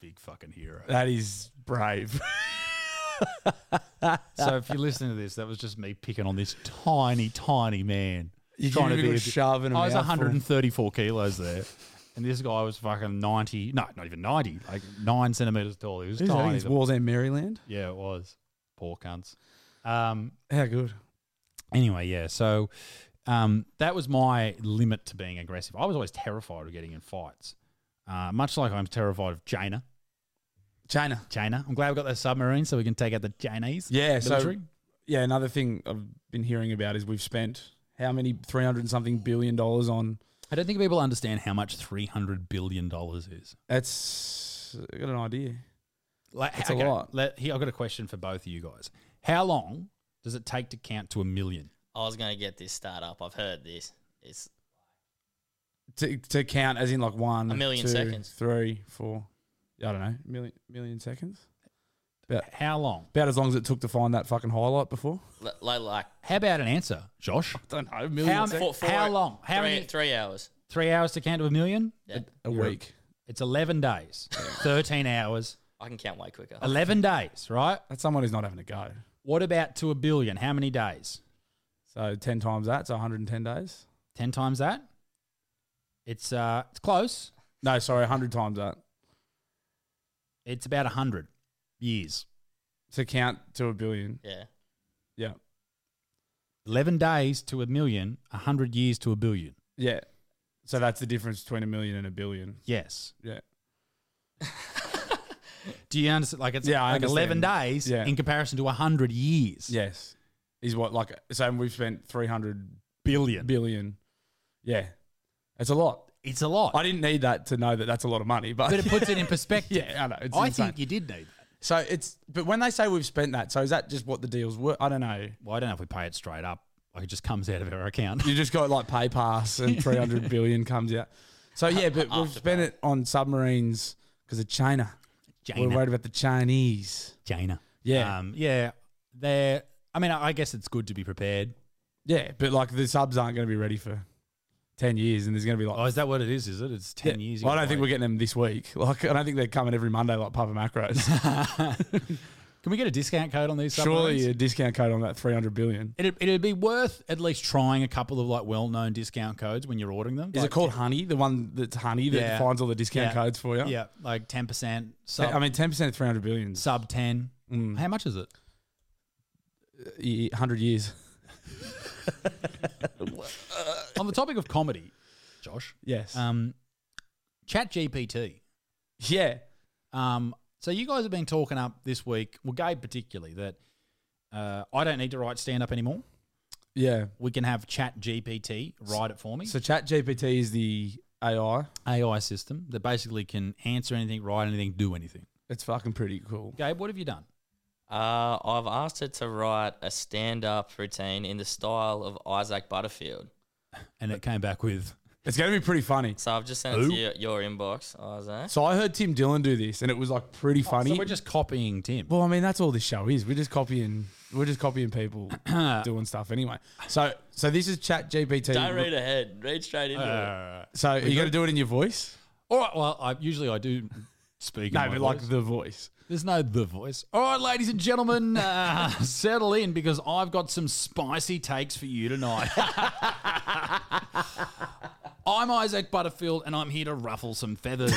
[SPEAKER 2] Big fucking hero.
[SPEAKER 3] That is brave.
[SPEAKER 2] So if you're listening to this, that was just me picking on this tiny, tiny man.
[SPEAKER 3] You give him a good shove and a
[SPEAKER 2] I was
[SPEAKER 3] mouthful.
[SPEAKER 2] 134 kilos there, and this guy was fucking 90. No, not even 90. Like nine centimeters tall. He was
[SPEAKER 3] Jeez, I think
[SPEAKER 2] tiny.
[SPEAKER 3] it's Warzone Maryland.
[SPEAKER 2] yeah, it was. Poor cunts. Um,
[SPEAKER 3] How good.
[SPEAKER 2] anyway, yeah. So um, that was my limit to being aggressive. I was always terrified of getting in fights, uh, much like I'm terrified of Jaina.
[SPEAKER 3] China.
[SPEAKER 2] China. I'm glad we got those submarines so we can take out the Chinese.
[SPEAKER 3] Yeah, so-
[SPEAKER 2] military.
[SPEAKER 3] Yeah, another thing I've been hearing about is we've spent how many 300 and something billion dollars on
[SPEAKER 2] I don't think people understand how much three hundred billion dollars is.
[SPEAKER 3] That's I got an idea.
[SPEAKER 2] Like,
[SPEAKER 3] That's a
[SPEAKER 2] okay,
[SPEAKER 3] lot.
[SPEAKER 2] Let, here, I've got a question for both of you guys. How long does it take to count to a million?
[SPEAKER 4] I was going to get this start up. I've heard this. It's
[SPEAKER 3] To, to count as in like one,
[SPEAKER 4] A million
[SPEAKER 3] two,
[SPEAKER 4] seconds.
[SPEAKER 3] three, four. I don't know, million million seconds. About,
[SPEAKER 2] How long?
[SPEAKER 3] About as long as it took to find that fucking highlight before.
[SPEAKER 4] li- like, like
[SPEAKER 2] How about an answer, Josh? I
[SPEAKER 3] don't know.
[SPEAKER 2] how,
[SPEAKER 4] Four- four-
[SPEAKER 2] Um, how long? How
[SPEAKER 4] three,
[SPEAKER 2] many?
[SPEAKER 4] Three hours.
[SPEAKER 2] Three hours to count to a million?
[SPEAKER 4] Yeah.
[SPEAKER 3] A week.
[SPEAKER 2] It's 11 days, 13 hours,
[SPEAKER 4] I can count way quicker.
[SPEAKER 2] 11 days, right?
[SPEAKER 3] That's someone who's not having a go.
[SPEAKER 2] What about to a billion? How many days?
[SPEAKER 3] So 10 times that, so 110 days.
[SPEAKER 2] 10 times that? It's uh it's close.
[SPEAKER 3] No, sorry, 100 times that.
[SPEAKER 2] It's about 100 years.
[SPEAKER 3] To count to a billion.
[SPEAKER 4] Yeah.
[SPEAKER 3] Yeah.
[SPEAKER 2] 11 days to a million, 100 years to a billion.
[SPEAKER 3] Yeah. So that's the difference between a million and a billion.
[SPEAKER 2] Yes.
[SPEAKER 3] Yeah.
[SPEAKER 2] Do you understand? Like it's
[SPEAKER 3] Yeah, I
[SPEAKER 2] like 11
[SPEAKER 3] understand.
[SPEAKER 2] days
[SPEAKER 3] Yeah.
[SPEAKER 2] in comparison to 100 years.
[SPEAKER 3] Yes. Is what, like, so we've spent 300
[SPEAKER 2] Billion.
[SPEAKER 3] Billion. Yeah. It's a lot.
[SPEAKER 2] It's a lot.
[SPEAKER 3] I didn't need that to know that that's a lot of money, but,
[SPEAKER 2] But it puts it in perspective.
[SPEAKER 3] yeah, I know. It's
[SPEAKER 2] I
[SPEAKER 3] insane.
[SPEAKER 2] think you did need that.
[SPEAKER 3] So it's, but when they say we've spent that, so is that just what the deals were? I don't know.
[SPEAKER 2] Well, I don't know if we pay it straight up. Like it just comes out of our account.
[SPEAKER 3] You just got like pay pass and 300 billion comes out. So yeah, but we've spent it on submarines because of China.
[SPEAKER 2] China.
[SPEAKER 3] We're worried about the Chinese.
[SPEAKER 2] China.
[SPEAKER 3] Yeah.
[SPEAKER 2] Um, yeah. They're, I mean, I I guess it's good to be prepared.
[SPEAKER 3] Yeah, but like the subs aren't going to be ready for 10 years and there's going to be like.
[SPEAKER 2] Oh, is that what it is? Is it? It's 10
[SPEAKER 3] Yeah.
[SPEAKER 2] years.
[SPEAKER 3] Well, I don't think we're getting them this week. Like, I don't think they're coming every Monday like Papa Macros.
[SPEAKER 2] Can we get a discount code on these submarines?
[SPEAKER 3] Surely a discount code on that 300 billion.
[SPEAKER 2] It'd, it'd be worth at least trying a couple of like well-known discount codes when you're ordering them.
[SPEAKER 3] Is it
[SPEAKER 2] Like,
[SPEAKER 3] called Honey? The one that's Honey that
[SPEAKER 2] Yeah.
[SPEAKER 3] finds all the discount
[SPEAKER 2] Yeah.
[SPEAKER 3] codes for you?
[SPEAKER 2] Yeah, like ten percent. Sub,
[SPEAKER 3] I mean, 10% of 300 billion. is,
[SPEAKER 2] sub ten.
[SPEAKER 3] Mm.
[SPEAKER 2] How much is it?
[SPEAKER 3] uh, 100 years.
[SPEAKER 2] on the topic of comedy, Josh.
[SPEAKER 3] Yes.
[SPEAKER 2] Um, Chat GPT.
[SPEAKER 3] Yeah.
[SPEAKER 2] Um, so you guys have been talking up this week, well, Gabe particularly, that uh, I don't need to write stand up anymore.
[SPEAKER 3] Yeah.
[SPEAKER 2] We can have Chat GPT write it for me.
[SPEAKER 3] So Chat GPT is the AI.
[SPEAKER 2] AI system that basically can answer anything, write anything, do anything.
[SPEAKER 3] It's fucking pretty cool.
[SPEAKER 2] Gabe, what have you done?
[SPEAKER 4] Uh, I've asked her to write a stand-up routine in the style of Isaac Butterfield.
[SPEAKER 2] And it came back with
[SPEAKER 3] It's going to be pretty funny.
[SPEAKER 4] So I've just sent it
[SPEAKER 2] Who?
[SPEAKER 4] to your, your inbox, Isaac.
[SPEAKER 3] So I heard Tim Dillon do this, and it was like pretty funny.
[SPEAKER 2] Oh, So we're just copying Tim.
[SPEAKER 3] well, I mean, that's all this show is. We're just copying. We're just copying people doing stuff anyway. So, so this is Chat GPT.
[SPEAKER 4] Don't read ahead. Read straight into
[SPEAKER 2] Uh.
[SPEAKER 4] it.
[SPEAKER 3] So you got to do it in your voice.
[SPEAKER 2] All right. Well, I, usually I do speak.
[SPEAKER 3] No,
[SPEAKER 2] in my
[SPEAKER 3] but like
[SPEAKER 2] voice.
[SPEAKER 3] the voice.
[SPEAKER 2] There's no the voice. All right, ladies and gentlemen, uh, settle in because I've got some spicy takes for you tonight. I'm Isaac Butterfield, and I'm here to ruffle some feathers.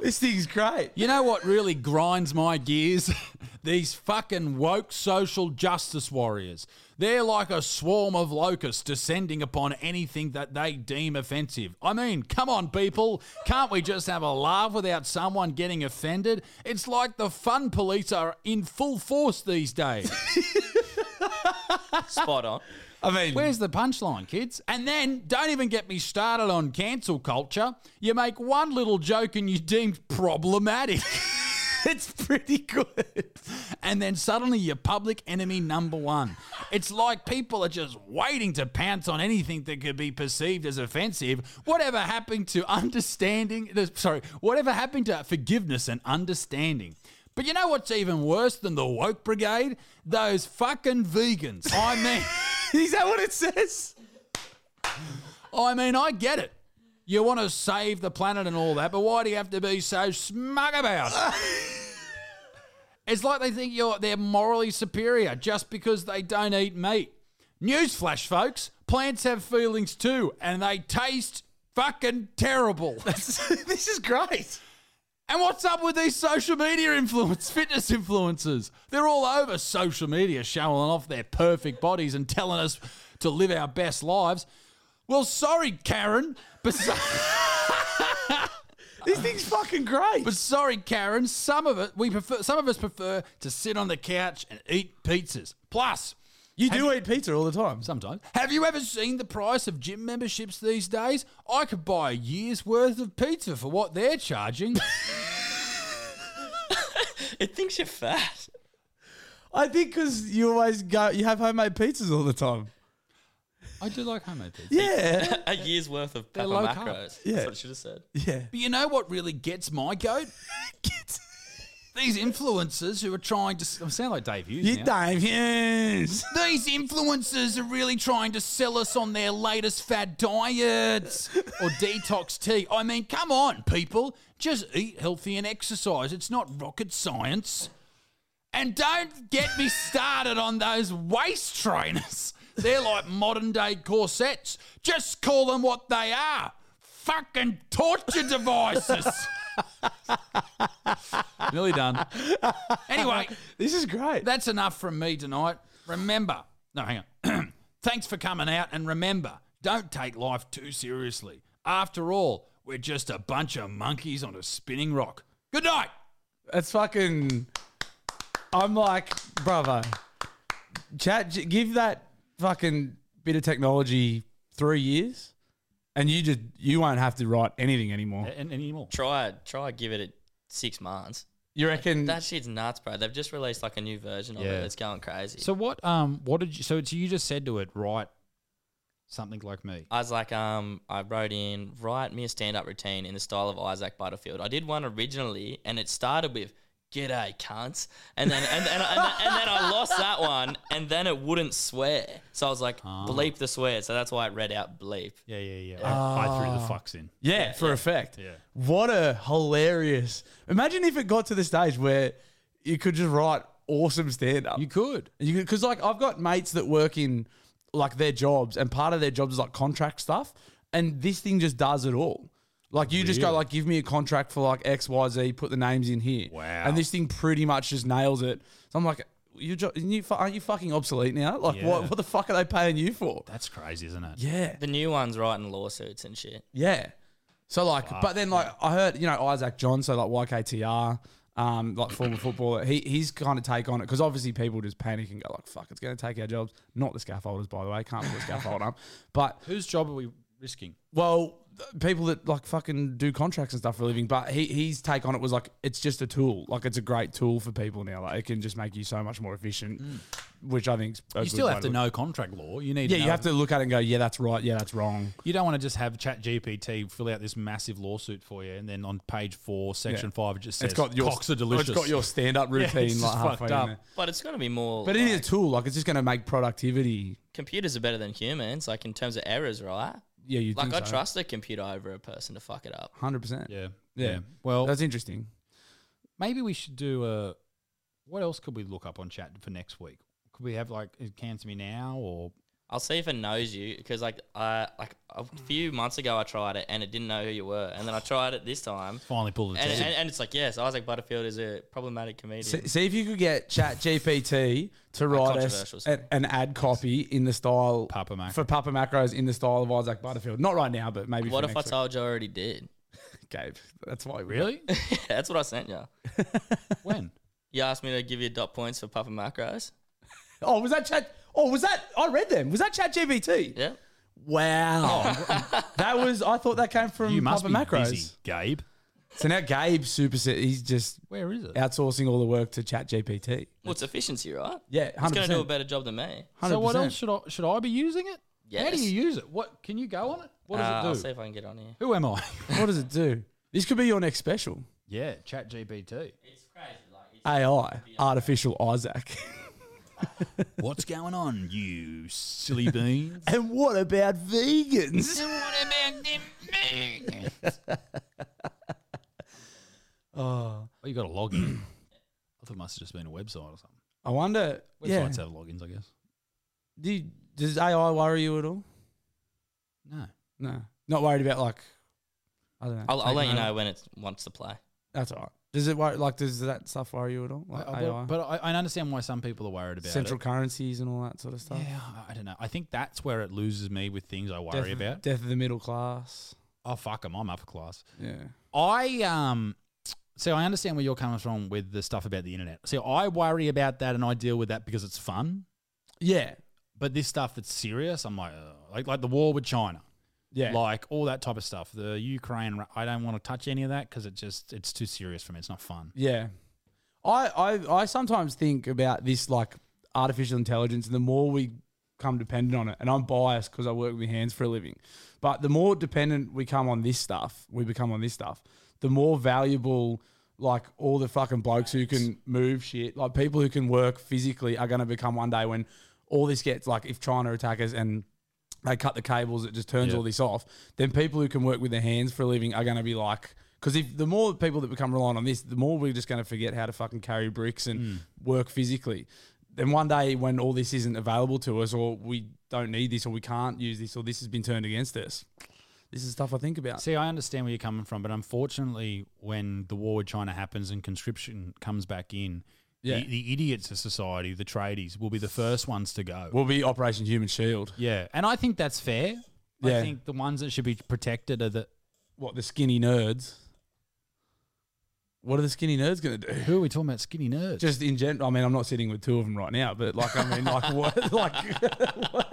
[SPEAKER 3] This thing's great.
[SPEAKER 2] You know what really grinds my gears? These fucking woke social justice warriors. They're like a swarm of locusts descending upon anything that they deem offensive. I mean, come on, people. Can't we just have a laugh without someone getting offended? It's like the fun police are in full force these days.
[SPEAKER 4] Spot on.
[SPEAKER 3] I mean,
[SPEAKER 2] Where's the punchline, kids? And then don't even get me started on cancel culture. You make one little joke and you're deemed problematic. it's pretty good. And then suddenly you're public enemy number one. It's like people are just waiting to pounce on anything that could be perceived as offensive. Whatever happened to understanding, sorry, whatever happened to forgiveness and understanding? But you know what's even worse than the woke brigade? Those fucking vegans. I mean.
[SPEAKER 3] is that what it says?
[SPEAKER 2] I mean, I get it. You want to save the planet and all that, but why do you have to be so smug about it? it's like they think you're they're morally superior just because they don't eat meat. Newsflash, folks, plants have feelings too, and they taste fucking terrible.
[SPEAKER 3] this is great.
[SPEAKER 2] And what's up with these social media influence, fitness influencers? They're all over social media showing off their perfect bodies and telling us to live our best lives. Well, sorry, Karen, but so-
[SPEAKER 3] This thing's fucking great.
[SPEAKER 2] but sorry, Karen. Some of it we prefer. Some of us prefer to sit on the couch and eat pizzas. Plus,
[SPEAKER 3] You do eat pizza all the time.
[SPEAKER 2] Sometimes. Have you ever seen the price of gym memberships these days? I could buy a year's worth of pizza for what they're charging.
[SPEAKER 4] it thinks you're fat.
[SPEAKER 3] I think because you always go, you have homemade pizzas all the time.
[SPEAKER 2] I do like homemade pizza.
[SPEAKER 3] Yeah.
[SPEAKER 4] a year's worth of
[SPEAKER 2] They're
[SPEAKER 4] pepper
[SPEAKER 2] low carb.
[SPEAKER 4] macros.
[SPEAKER 2] Yeah.
[SPEAKER 4] That's what I should have said.
[SPEAKER 3] Yeah.
[SPEAKER 2] But you know what really gets my goat? These influencers who are trying to. I sound like Dave Hughes.
[SPEAKER 3] You
[SPEAKER 2] now.
[SPEAKER 3] Dave Hughes.
[SPEAKER 2] These influencers are really trying to sell us on their latest fad diets or detox tea. I mean, come on, people. Just eat healthy and exercise. It's not rocket science. And don't get me started on those waist trainers. They're like modern day corsets. Just call them what they are fucking torture devices. Nearly done. Anyway,
[SPEAKER 3] this is great.
[SPEAKER 2] That's enough from me tonight. Remember, no, hang on. Thanks for coming out, and remember, don't take life too seriously. After all, we're just a bunch of monkeys on a spinning rock. Good night.
[SPEAKER 3] That's fucking. I'm like, brother, chat, j- give that fucking bit of technology three years and you just, you won't have to write anything anymore.
[SPEAKER 2] Eh, anymore.
[SPEAKER 4] Try it. Try give it at six months.
[SPEAKER 3] You reckon?
[SPEAKER 4] That shit's nuts, bro. They've just released like a new version of
[SPEAKER 2] Mm. Yeah.
[SPEAKER 4] it. It's going crazy.
[SPEAKER 2] So what? Um, what did you? So it's you just said to it, right? Something like me.
[SPEAKER 4] I was like, um, I wrote in, write me a stand up routine in the style of Isaac Butterfield. I did one originally, and it started with, G'day, cunts. And then, and, and, and, and then I lost that one, and then it wouldn't swear. So I was like, bleep the swear. So that's why it read out bleep.
[SPEAKER 2] Yeah, yeah,
[SPEAKER 3] Ah. Yeah, for effect. Yeah. What a hilarious. Imagine if it got to the stage where you could just write awesome stand up. You
[SPEAKER 2] could.
[SPEAKER 3] You could cuz like I've got mates that work in like their jobs and part of their jobs is like contract stuff and this thing just does it all. Like you just go
[SPEAKER 2] Really?
[SPEAKER 3] like give me a contract for like XYZ, put the names in here. Wow. And this thing pretty much just nails it. So I'm like you jo- aren't you fu- aren't you fucking obsolete now? Like
[SPEAKER 4] Yeah.
[SPEAKER 3] what what the fuck are they paying you for?
[SPEAKER 2] That's crazy, isn't it?
[SPEAKER 3] Yeah.
[SPEAKER 4] The new one's writing lawsuits and shit.
[SPEAKER 3] Yeah. So like, but then like I heard you know Isaac John, so like YKTR, um, like former footballer, he he's kind of take on it because obviously people just panic and go like, fuck, it's going to take our jobs. Not the scaffolders, by the way, can't put the scaffold up. But
[SPEAKER 2] whose job are we risking?
[SPEAKER 3] Well, th- people that like fucking do contracts and stuff for a living. But he his take on it was like, it's just a tool. Like it's a great tool for people now. Like it can just make you so much more efficient, which I think
[SPEAKER 2] Mm. You still have to know contract law. You need.
[SPEAKER 3] Yeah,
[SPEAKER 2] to
[SPEAKER 3] you
[SPEAKER 2] know-
[SPEAKER 3] have to look at it and go, yeah, that's right, yeah, that's wrong.
[SPEAKER 2] You don't want to just have Chat GPT fill out this massive lawsuit for you, and then on page four, section
[SPEAKER 3] Yeah.
[SPEAKER 2] five, it just says
[SPEAKER 3] It's got your- oh,
[SPEAKER 2] cocks are delicious.
[SPEAKER 3] it's got your stand-up
[SPEAKER 2] Yeah, it's
[SPEAKER 3] routine,
[SPEAKER 2] just
[SPEAKER 3] like, halfway
[SPEAKER 2] fucked
[SPEAKER 3] in
[SPEAKER 2] up.
[SPEAKER 3] there.
[SPEAKER 4] But it's going to be more.
[SPEAKER 3] But it is a tool. Like it's just going to make productivity.
[SPEAKER 4] computers are better than humans, like in terms of errors, right?
[SPEAKER 3] Yeah, you'd
[SPEAKER 4] like
[SPEAKER 3] think
[SPEAKER 4] I
[SPEAKER 3] so.
[SPEAKER 4] trust a computer over a person to fuck it up.
[SPEAKER 3] Hundred percent.
[SPEAKER 2] Yeah.
[SPEAKER 3] yeah.
[SPEAKER 2] Yeah. Well,
[SPEAKER 3] that's interesting.
[SPEAKER 2] Maybe we should do a. What else could we look up on Chat for next week? Could we have like it cancer me now or
[SPEAKER 4] I'll see if it knows you because like I like a few months ago I tried it and it didn't know who you were, and then I tried it this time.
[SPEAKER 2] Finally pulled the
[SPEAKER 4] and,
[SPEAKER 2] trigger.
[SPEAKER 4] and, and it's like yes, Isaac Butterfield is a problematic comedian.
[SPEAKER 3] See, see if you could get Chat GPT to write us
[SPEAKER 4] controversial,
[SPEAKER 3] an,
[SPEAKER 4] sorry.
[SPEAKER 3] an ad copy in the style
[SPEAKER 2] Macro.
[SPEAKER 3] for Papa Macros in the style of Isaac Butterfield. Not right now, but maybe.
[SPEAKER 4] what
[SPEAKER 3] for
[SPEAKER 4] if I
[SPEAKER 3] next
[SPEAKER 4] told you I already did?
[SPEAKER 3] week. Gabe? That's why. We
[SPEAKER 2] Really?
[SPEAKER 4] That's what I sent you.
[SPEAKER 2] when?
[SPEAKER 4] You asked me to give you dot points for Papa Macros.
[SPEAKER 3] Oh, was that Chat? Oh, was that? I read them. Was that Chat GPT?
[SPEAKER 4] Yeah.
[SPEAKER 3] Wow. that was. I thought that came from
[SPEAKER 2] You must
[SPEAKER 3] Papa
[SPEAKER 2] be
[SPEAKER 3] Macros.
[SPEAKER 2] busy, Gabe.
[SPEAKER 3] So now Gabe's super. He's just
[SPEAKER 2] Where is it?
[SPEAKER 3] outsourcing all the work to Chat GPT.
[SPEAKER 4] Well, it's efficiency, right?
[SPEAKER 3] Yeah,
[SPEAKER 4] It's going to do a
[SPEAKER 3] 100%.
[SPEAKER 4] better job than me.
[SPEAKER 2] So what else should I should I be using it? How do
[SPEAKER 4] Yes.
[SPEAKER 2] you use it? What can you go on it? What does
[SPEAKER 4] Uh,
[SPEAKER 2] it do?
[SPEAKER 4] I'll see if I can get on here.
[SPEAKER 2] Who am I?
[SPEAKER 3] what does it do? This could be your next special.
[SPEAKER 2] Yeah, Chat GPT.
[SPEAKER 3] AI, artificial Isaac.
[SPEAKER 2] What's going on, you silly bean?
[SPEAKER 3] and what about vegans? oh,
[SPEAKER 2] Oh, you got a login. I thought it must have just been a website or something.
[SPEAKER 3] I wonder.
[SPEAKER 2] Websites
[SPEAKER 3] yeah.
[SPEAKER 2] have logins, I guess.
[SPEAKER 3] Do you- does AI worry you at all?
[SPEAKER 2] No.
[SPEAKER 3] No. Not worried about like. I don't know.
[SPEAKER 4] I'll, I'll let you
[SPEAKER 3] taking
[SPEAKER 4] know
[SPEAKER 3] over?
[SPEAKER 4] when it wants to play.
[SPEAKER 3] That's all right. Does it worry? Like, does that stuff worry you at all? Like
[SPEAKER 2] I- I-
[SPEAKER 3] AI?
[SPEAKER 2] but I, I understand why some people are worried about
[SPEAKER 3] Central
[SPEAKER 2] it.
[SPEAKER 3] currencies and all that sort of stuff.
[SPEAKER 2] Yeah, I- I don't know. I think that's where it loses me with things I worry
[SPEAKER 3] Death of-
[SPEAKER 2] about.
[SPEAKER 3] Death of the middle class.
[SPEAKER 2] Oh fuck 'em, I'm upper class.
[SPEAKER 3] Yeah.
[SPEAKER 2] I um so I understand where you're coming from with the stuff about the internet. See, I worry about that and I deal with that because it's fun.
[SPEAKER 3] Yeah.
[SPEAKER 2] But this stuff that's serious, I'm like, ugh. like like the war with China.
[SPEAKER 3] Yeah.
[SPEAKER 2] Like all that type of stuff. The Ukraine, Ru- I don't want to touch any of that because it just, it's too serious for me. It's not fun.
[SPEAKER 3] Yeah. I, I I sometimes think about this like artificial intelligence and the more we come dependent on it, and I'm biased because I work with my hands for a living, but the more dependent we come on this stuff, we become on this stuff, the more valuable like all the fucking blokes who can move shit, like people who can work physically are gonna become one day when all this gets like if China attack us and they cut the cables, it just turns
[SPEAKER 2] Yeah.
[SPEAKER 3] all this off. Then people who can work with their hands for a living are going to be like, because if the more people that become reliant on this, the more we're just going to forget how to fucking carry bricks and
[SPEAKER 2] Mm.
[SPEAKER 3] work physically. Then one day when all this isn't available to us, or we don't need this, or we can't use this, or this has been turned against us, this is stuff I think about.
[SPEAKER 2] Uh, See, I understand where you're coming from, but unfortunately, when the war with China happens and conscription comes back in,
[SPEAKER 3] Yeah.
[SPEAKER 2] the, the idiots of society, the tradies, will be the first ones to go.
[SPEAKER 3] Will be Operation Human Shield.
[SPEAKER 2] Yeah, and I think that's fair. I
[SPEAKER 3] Yeah.
[SPEAKER 2] think the ones that should be protected are the
[SPEAKER 3] what the skinny nerds. What are the skinny nerds going to do?
[SPEAKER 2] Who are we talking about, skinny nerds?
[SPEAKER 3] Just in general. I mean, I'm not sitting with two of them right now, but like, I mean, like, what? Like,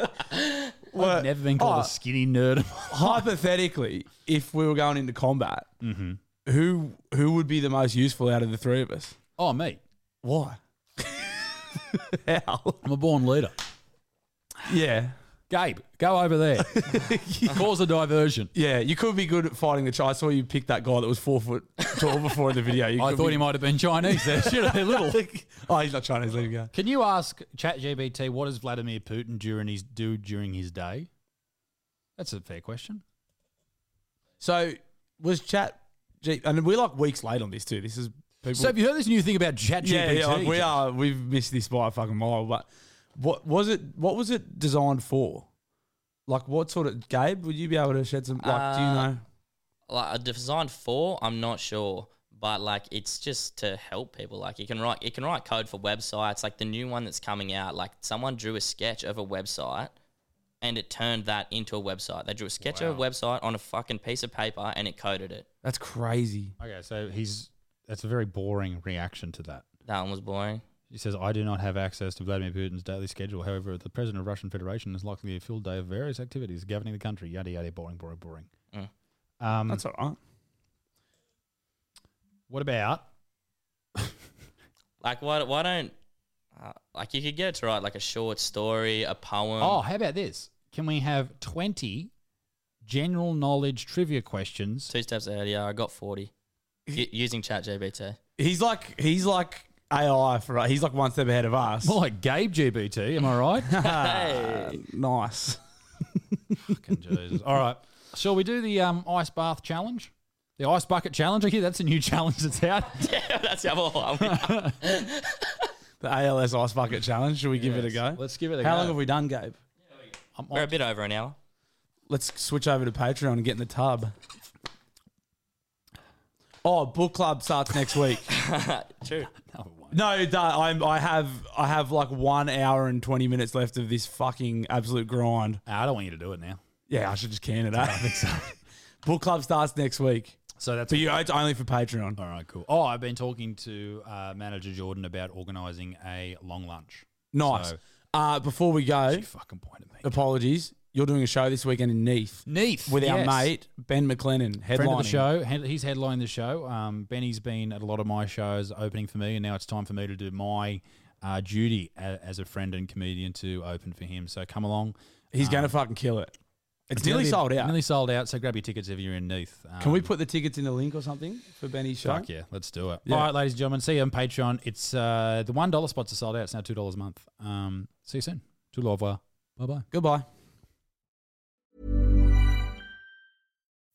[SPEAKER 2] I've never been called
[SPEAKER 3] Oh.
[SPEAKER 2] a skinny nerd.
[SPEAKER 3] hypothetically, if we were going into combat,
[SPEAKER 2] Mhm.
[SPEAKER 3] who who would be the most useful out of the three of us?
[SPEAKER 2] oh, mate,
[SPEAKER 3] Why? How?
[SPEAKER 2] I'm a born leader.
[SPEAKER 3] Yeah.
[SPEAKER 2] Gabe, go over there. Cause a diversion.
[SPEAKER 3] Yeah, you could be good at fighting the child. I saw you pick that guy that was four foot tall before in the video. You
[SPEAKER 2] I
[SPEAKER 3] could
[SPEAKER 2] thought
[SPEAKER 3] be-
[SPEAKER 2] he might have been Chinese there. Should have been little.
[SPEAKER 3] oh, he's not Chinese. Let him go.
[SPEAKER 2] Can you ask ChatGBT what does Vladimir Putin during his do during his day? That's a fair question.
[SPEAKER 3] So was chat, G- and we're like weeks late on this too. This is people.
[SPEAKER 2] So have you heard this new thing about ChatGPT?
[SPEAKER 3] yeah, yeah, like we are. We've missed this by a fucking mile. But what was it? What was it designed for? Like, what sort of Gabe? Would you be able to shed some? Like, do you
[SPEAKER 4] Uh,
[SPEAKER 3] know?
[SPEAKER 4] Like a designed for, I'm not sure, but like it's just to help people. Like you can write, you can write code for websites. Like the new one that's coming out, like someone drew a sketch of a website, and it turned that into a website. They drew a sketch of a website on a fucking piece of paper, and it coded it.
[SPEAKER 3] That's crazy.
[SPEAKER 2] Okay, so he's that's a very boring reaction to that.
[SPEAKER 4] That one was boring.
[SPEAKER 2] He says, I do not have access to Vladimir Putin's daily schedule. However, the president of Russian Federation is likely a full day of various activities governing the country. Yada yada, boring, boring, boring.
[SPEAKER 4] Mm.
[SPEAKER 2] Um,
[SPEAKER 3] That's all right.
[SPEAKER 2] What about?
[SPEAKER 4] Like why? Why don't? Uh, like you could get it to write like a short story, a
[SPEAKER 3] Um,
[SPEAKER 4] poem.
[SPEAKER 2] oh, how about this? Can we have twenty general knowledge trivia questions?
[SPEAKER 4] two steps ahead. Yeah, I got forty U- using ChatGPT.
[SPEAKER 3] He's like he's like AI for he's like one step ahead of us. Uh,
[SPEAKER 2] More like Gabe GBT, am I
[SPEAKER 3] Ah.
[SPEAKER 2] right?
[SPEAKER 3] nice.
[SPEAKER 2] Fucking Jesus. All right. Shall we do the um, ice bath challenge? The ice bucket challenge? Okay, that's a new challenge that's out.
[SPEAKER 4] yeah, that's the other one.
[SPEAKER 3] The ALS ice bucket challenge. Should we give it a go?
[SPEAKER 2] Let's give it a
[SPEAKER 3] How
[SPEAKER 2] go.
[SPEAKER 3] long have we done, Gabe?
[SPEAKER 4] We're a bit over an hour.
[SPEAKER 3] Let's switch over to Patreon and get in the tub. Oh, book club starts next week.
[SPEAKER 4] True.
[SPEAKER 3] No, it don't. I'm, I have I have like one hour and twenty minutes left of this fucking absolute grind.
[SPEAKER 2] I don't want you to do it now.
[SPEAKER 3] Yeah, I should just can it. I think so. Book club starts next week.
[SPEAKER 2] So that's
[SPEAKER 3] but you, it's only for Patreon.
[SPEAKER 2] All right, cool. Oh, I've been talking to uh, manager Jordan about organising a long lunch.
[SPEAKER 3] Nice.
[SPEAKER 2] So-
[SPEAKER 3] uh, before we go,
[SPEAKER 2] fucking pointed me.
[SPEAKER 3] Apologies. You're doing a show this weekend in Neath.
[SPEAKER 2] Neath,
[SPEAKER 3] with our
[SPEAKER 2] yes.
[SPEAKER 3] mate Ben McLennan, headlining.
[SPEAKER 2] Friend of the show, head- he's headlined the show. Um, Benny's been at a lot of my shows, opening for me, and now it's time for me to do my uh, duty a- as a friend and comedian to open for him. So come along.
[SPEAKER 3] He's
[SPEAKER 2] Um,
[SPEAKER 3] going to fucking kill it. It's,
[SPEAKER 2] gonna
[SPEAKER 3] nearly
[SPEAKER 2] be-
[SPEAKER 3] sold out.
[SPEAKER 2] Nearly sold out. So grab your tickets if you're in Neath.
[SPEAKER 3] Can we
[SPEAKER 2] Um,
[SPEAKER 3] put the tickets in a link or something for Benny's show?
[SPEAKER 2] Fuck yeah, let's do it.
[SPEAKER 3] Yeah.
[SPEAKER 2] All right, ladies and gentlemen, see you on Patreon. It's uh, the one dollar spots are sold out. It's now two dollars a month. Um, see you soon. Tout au revoir. Bye bye.
[SPEAKER 3] Goodbye.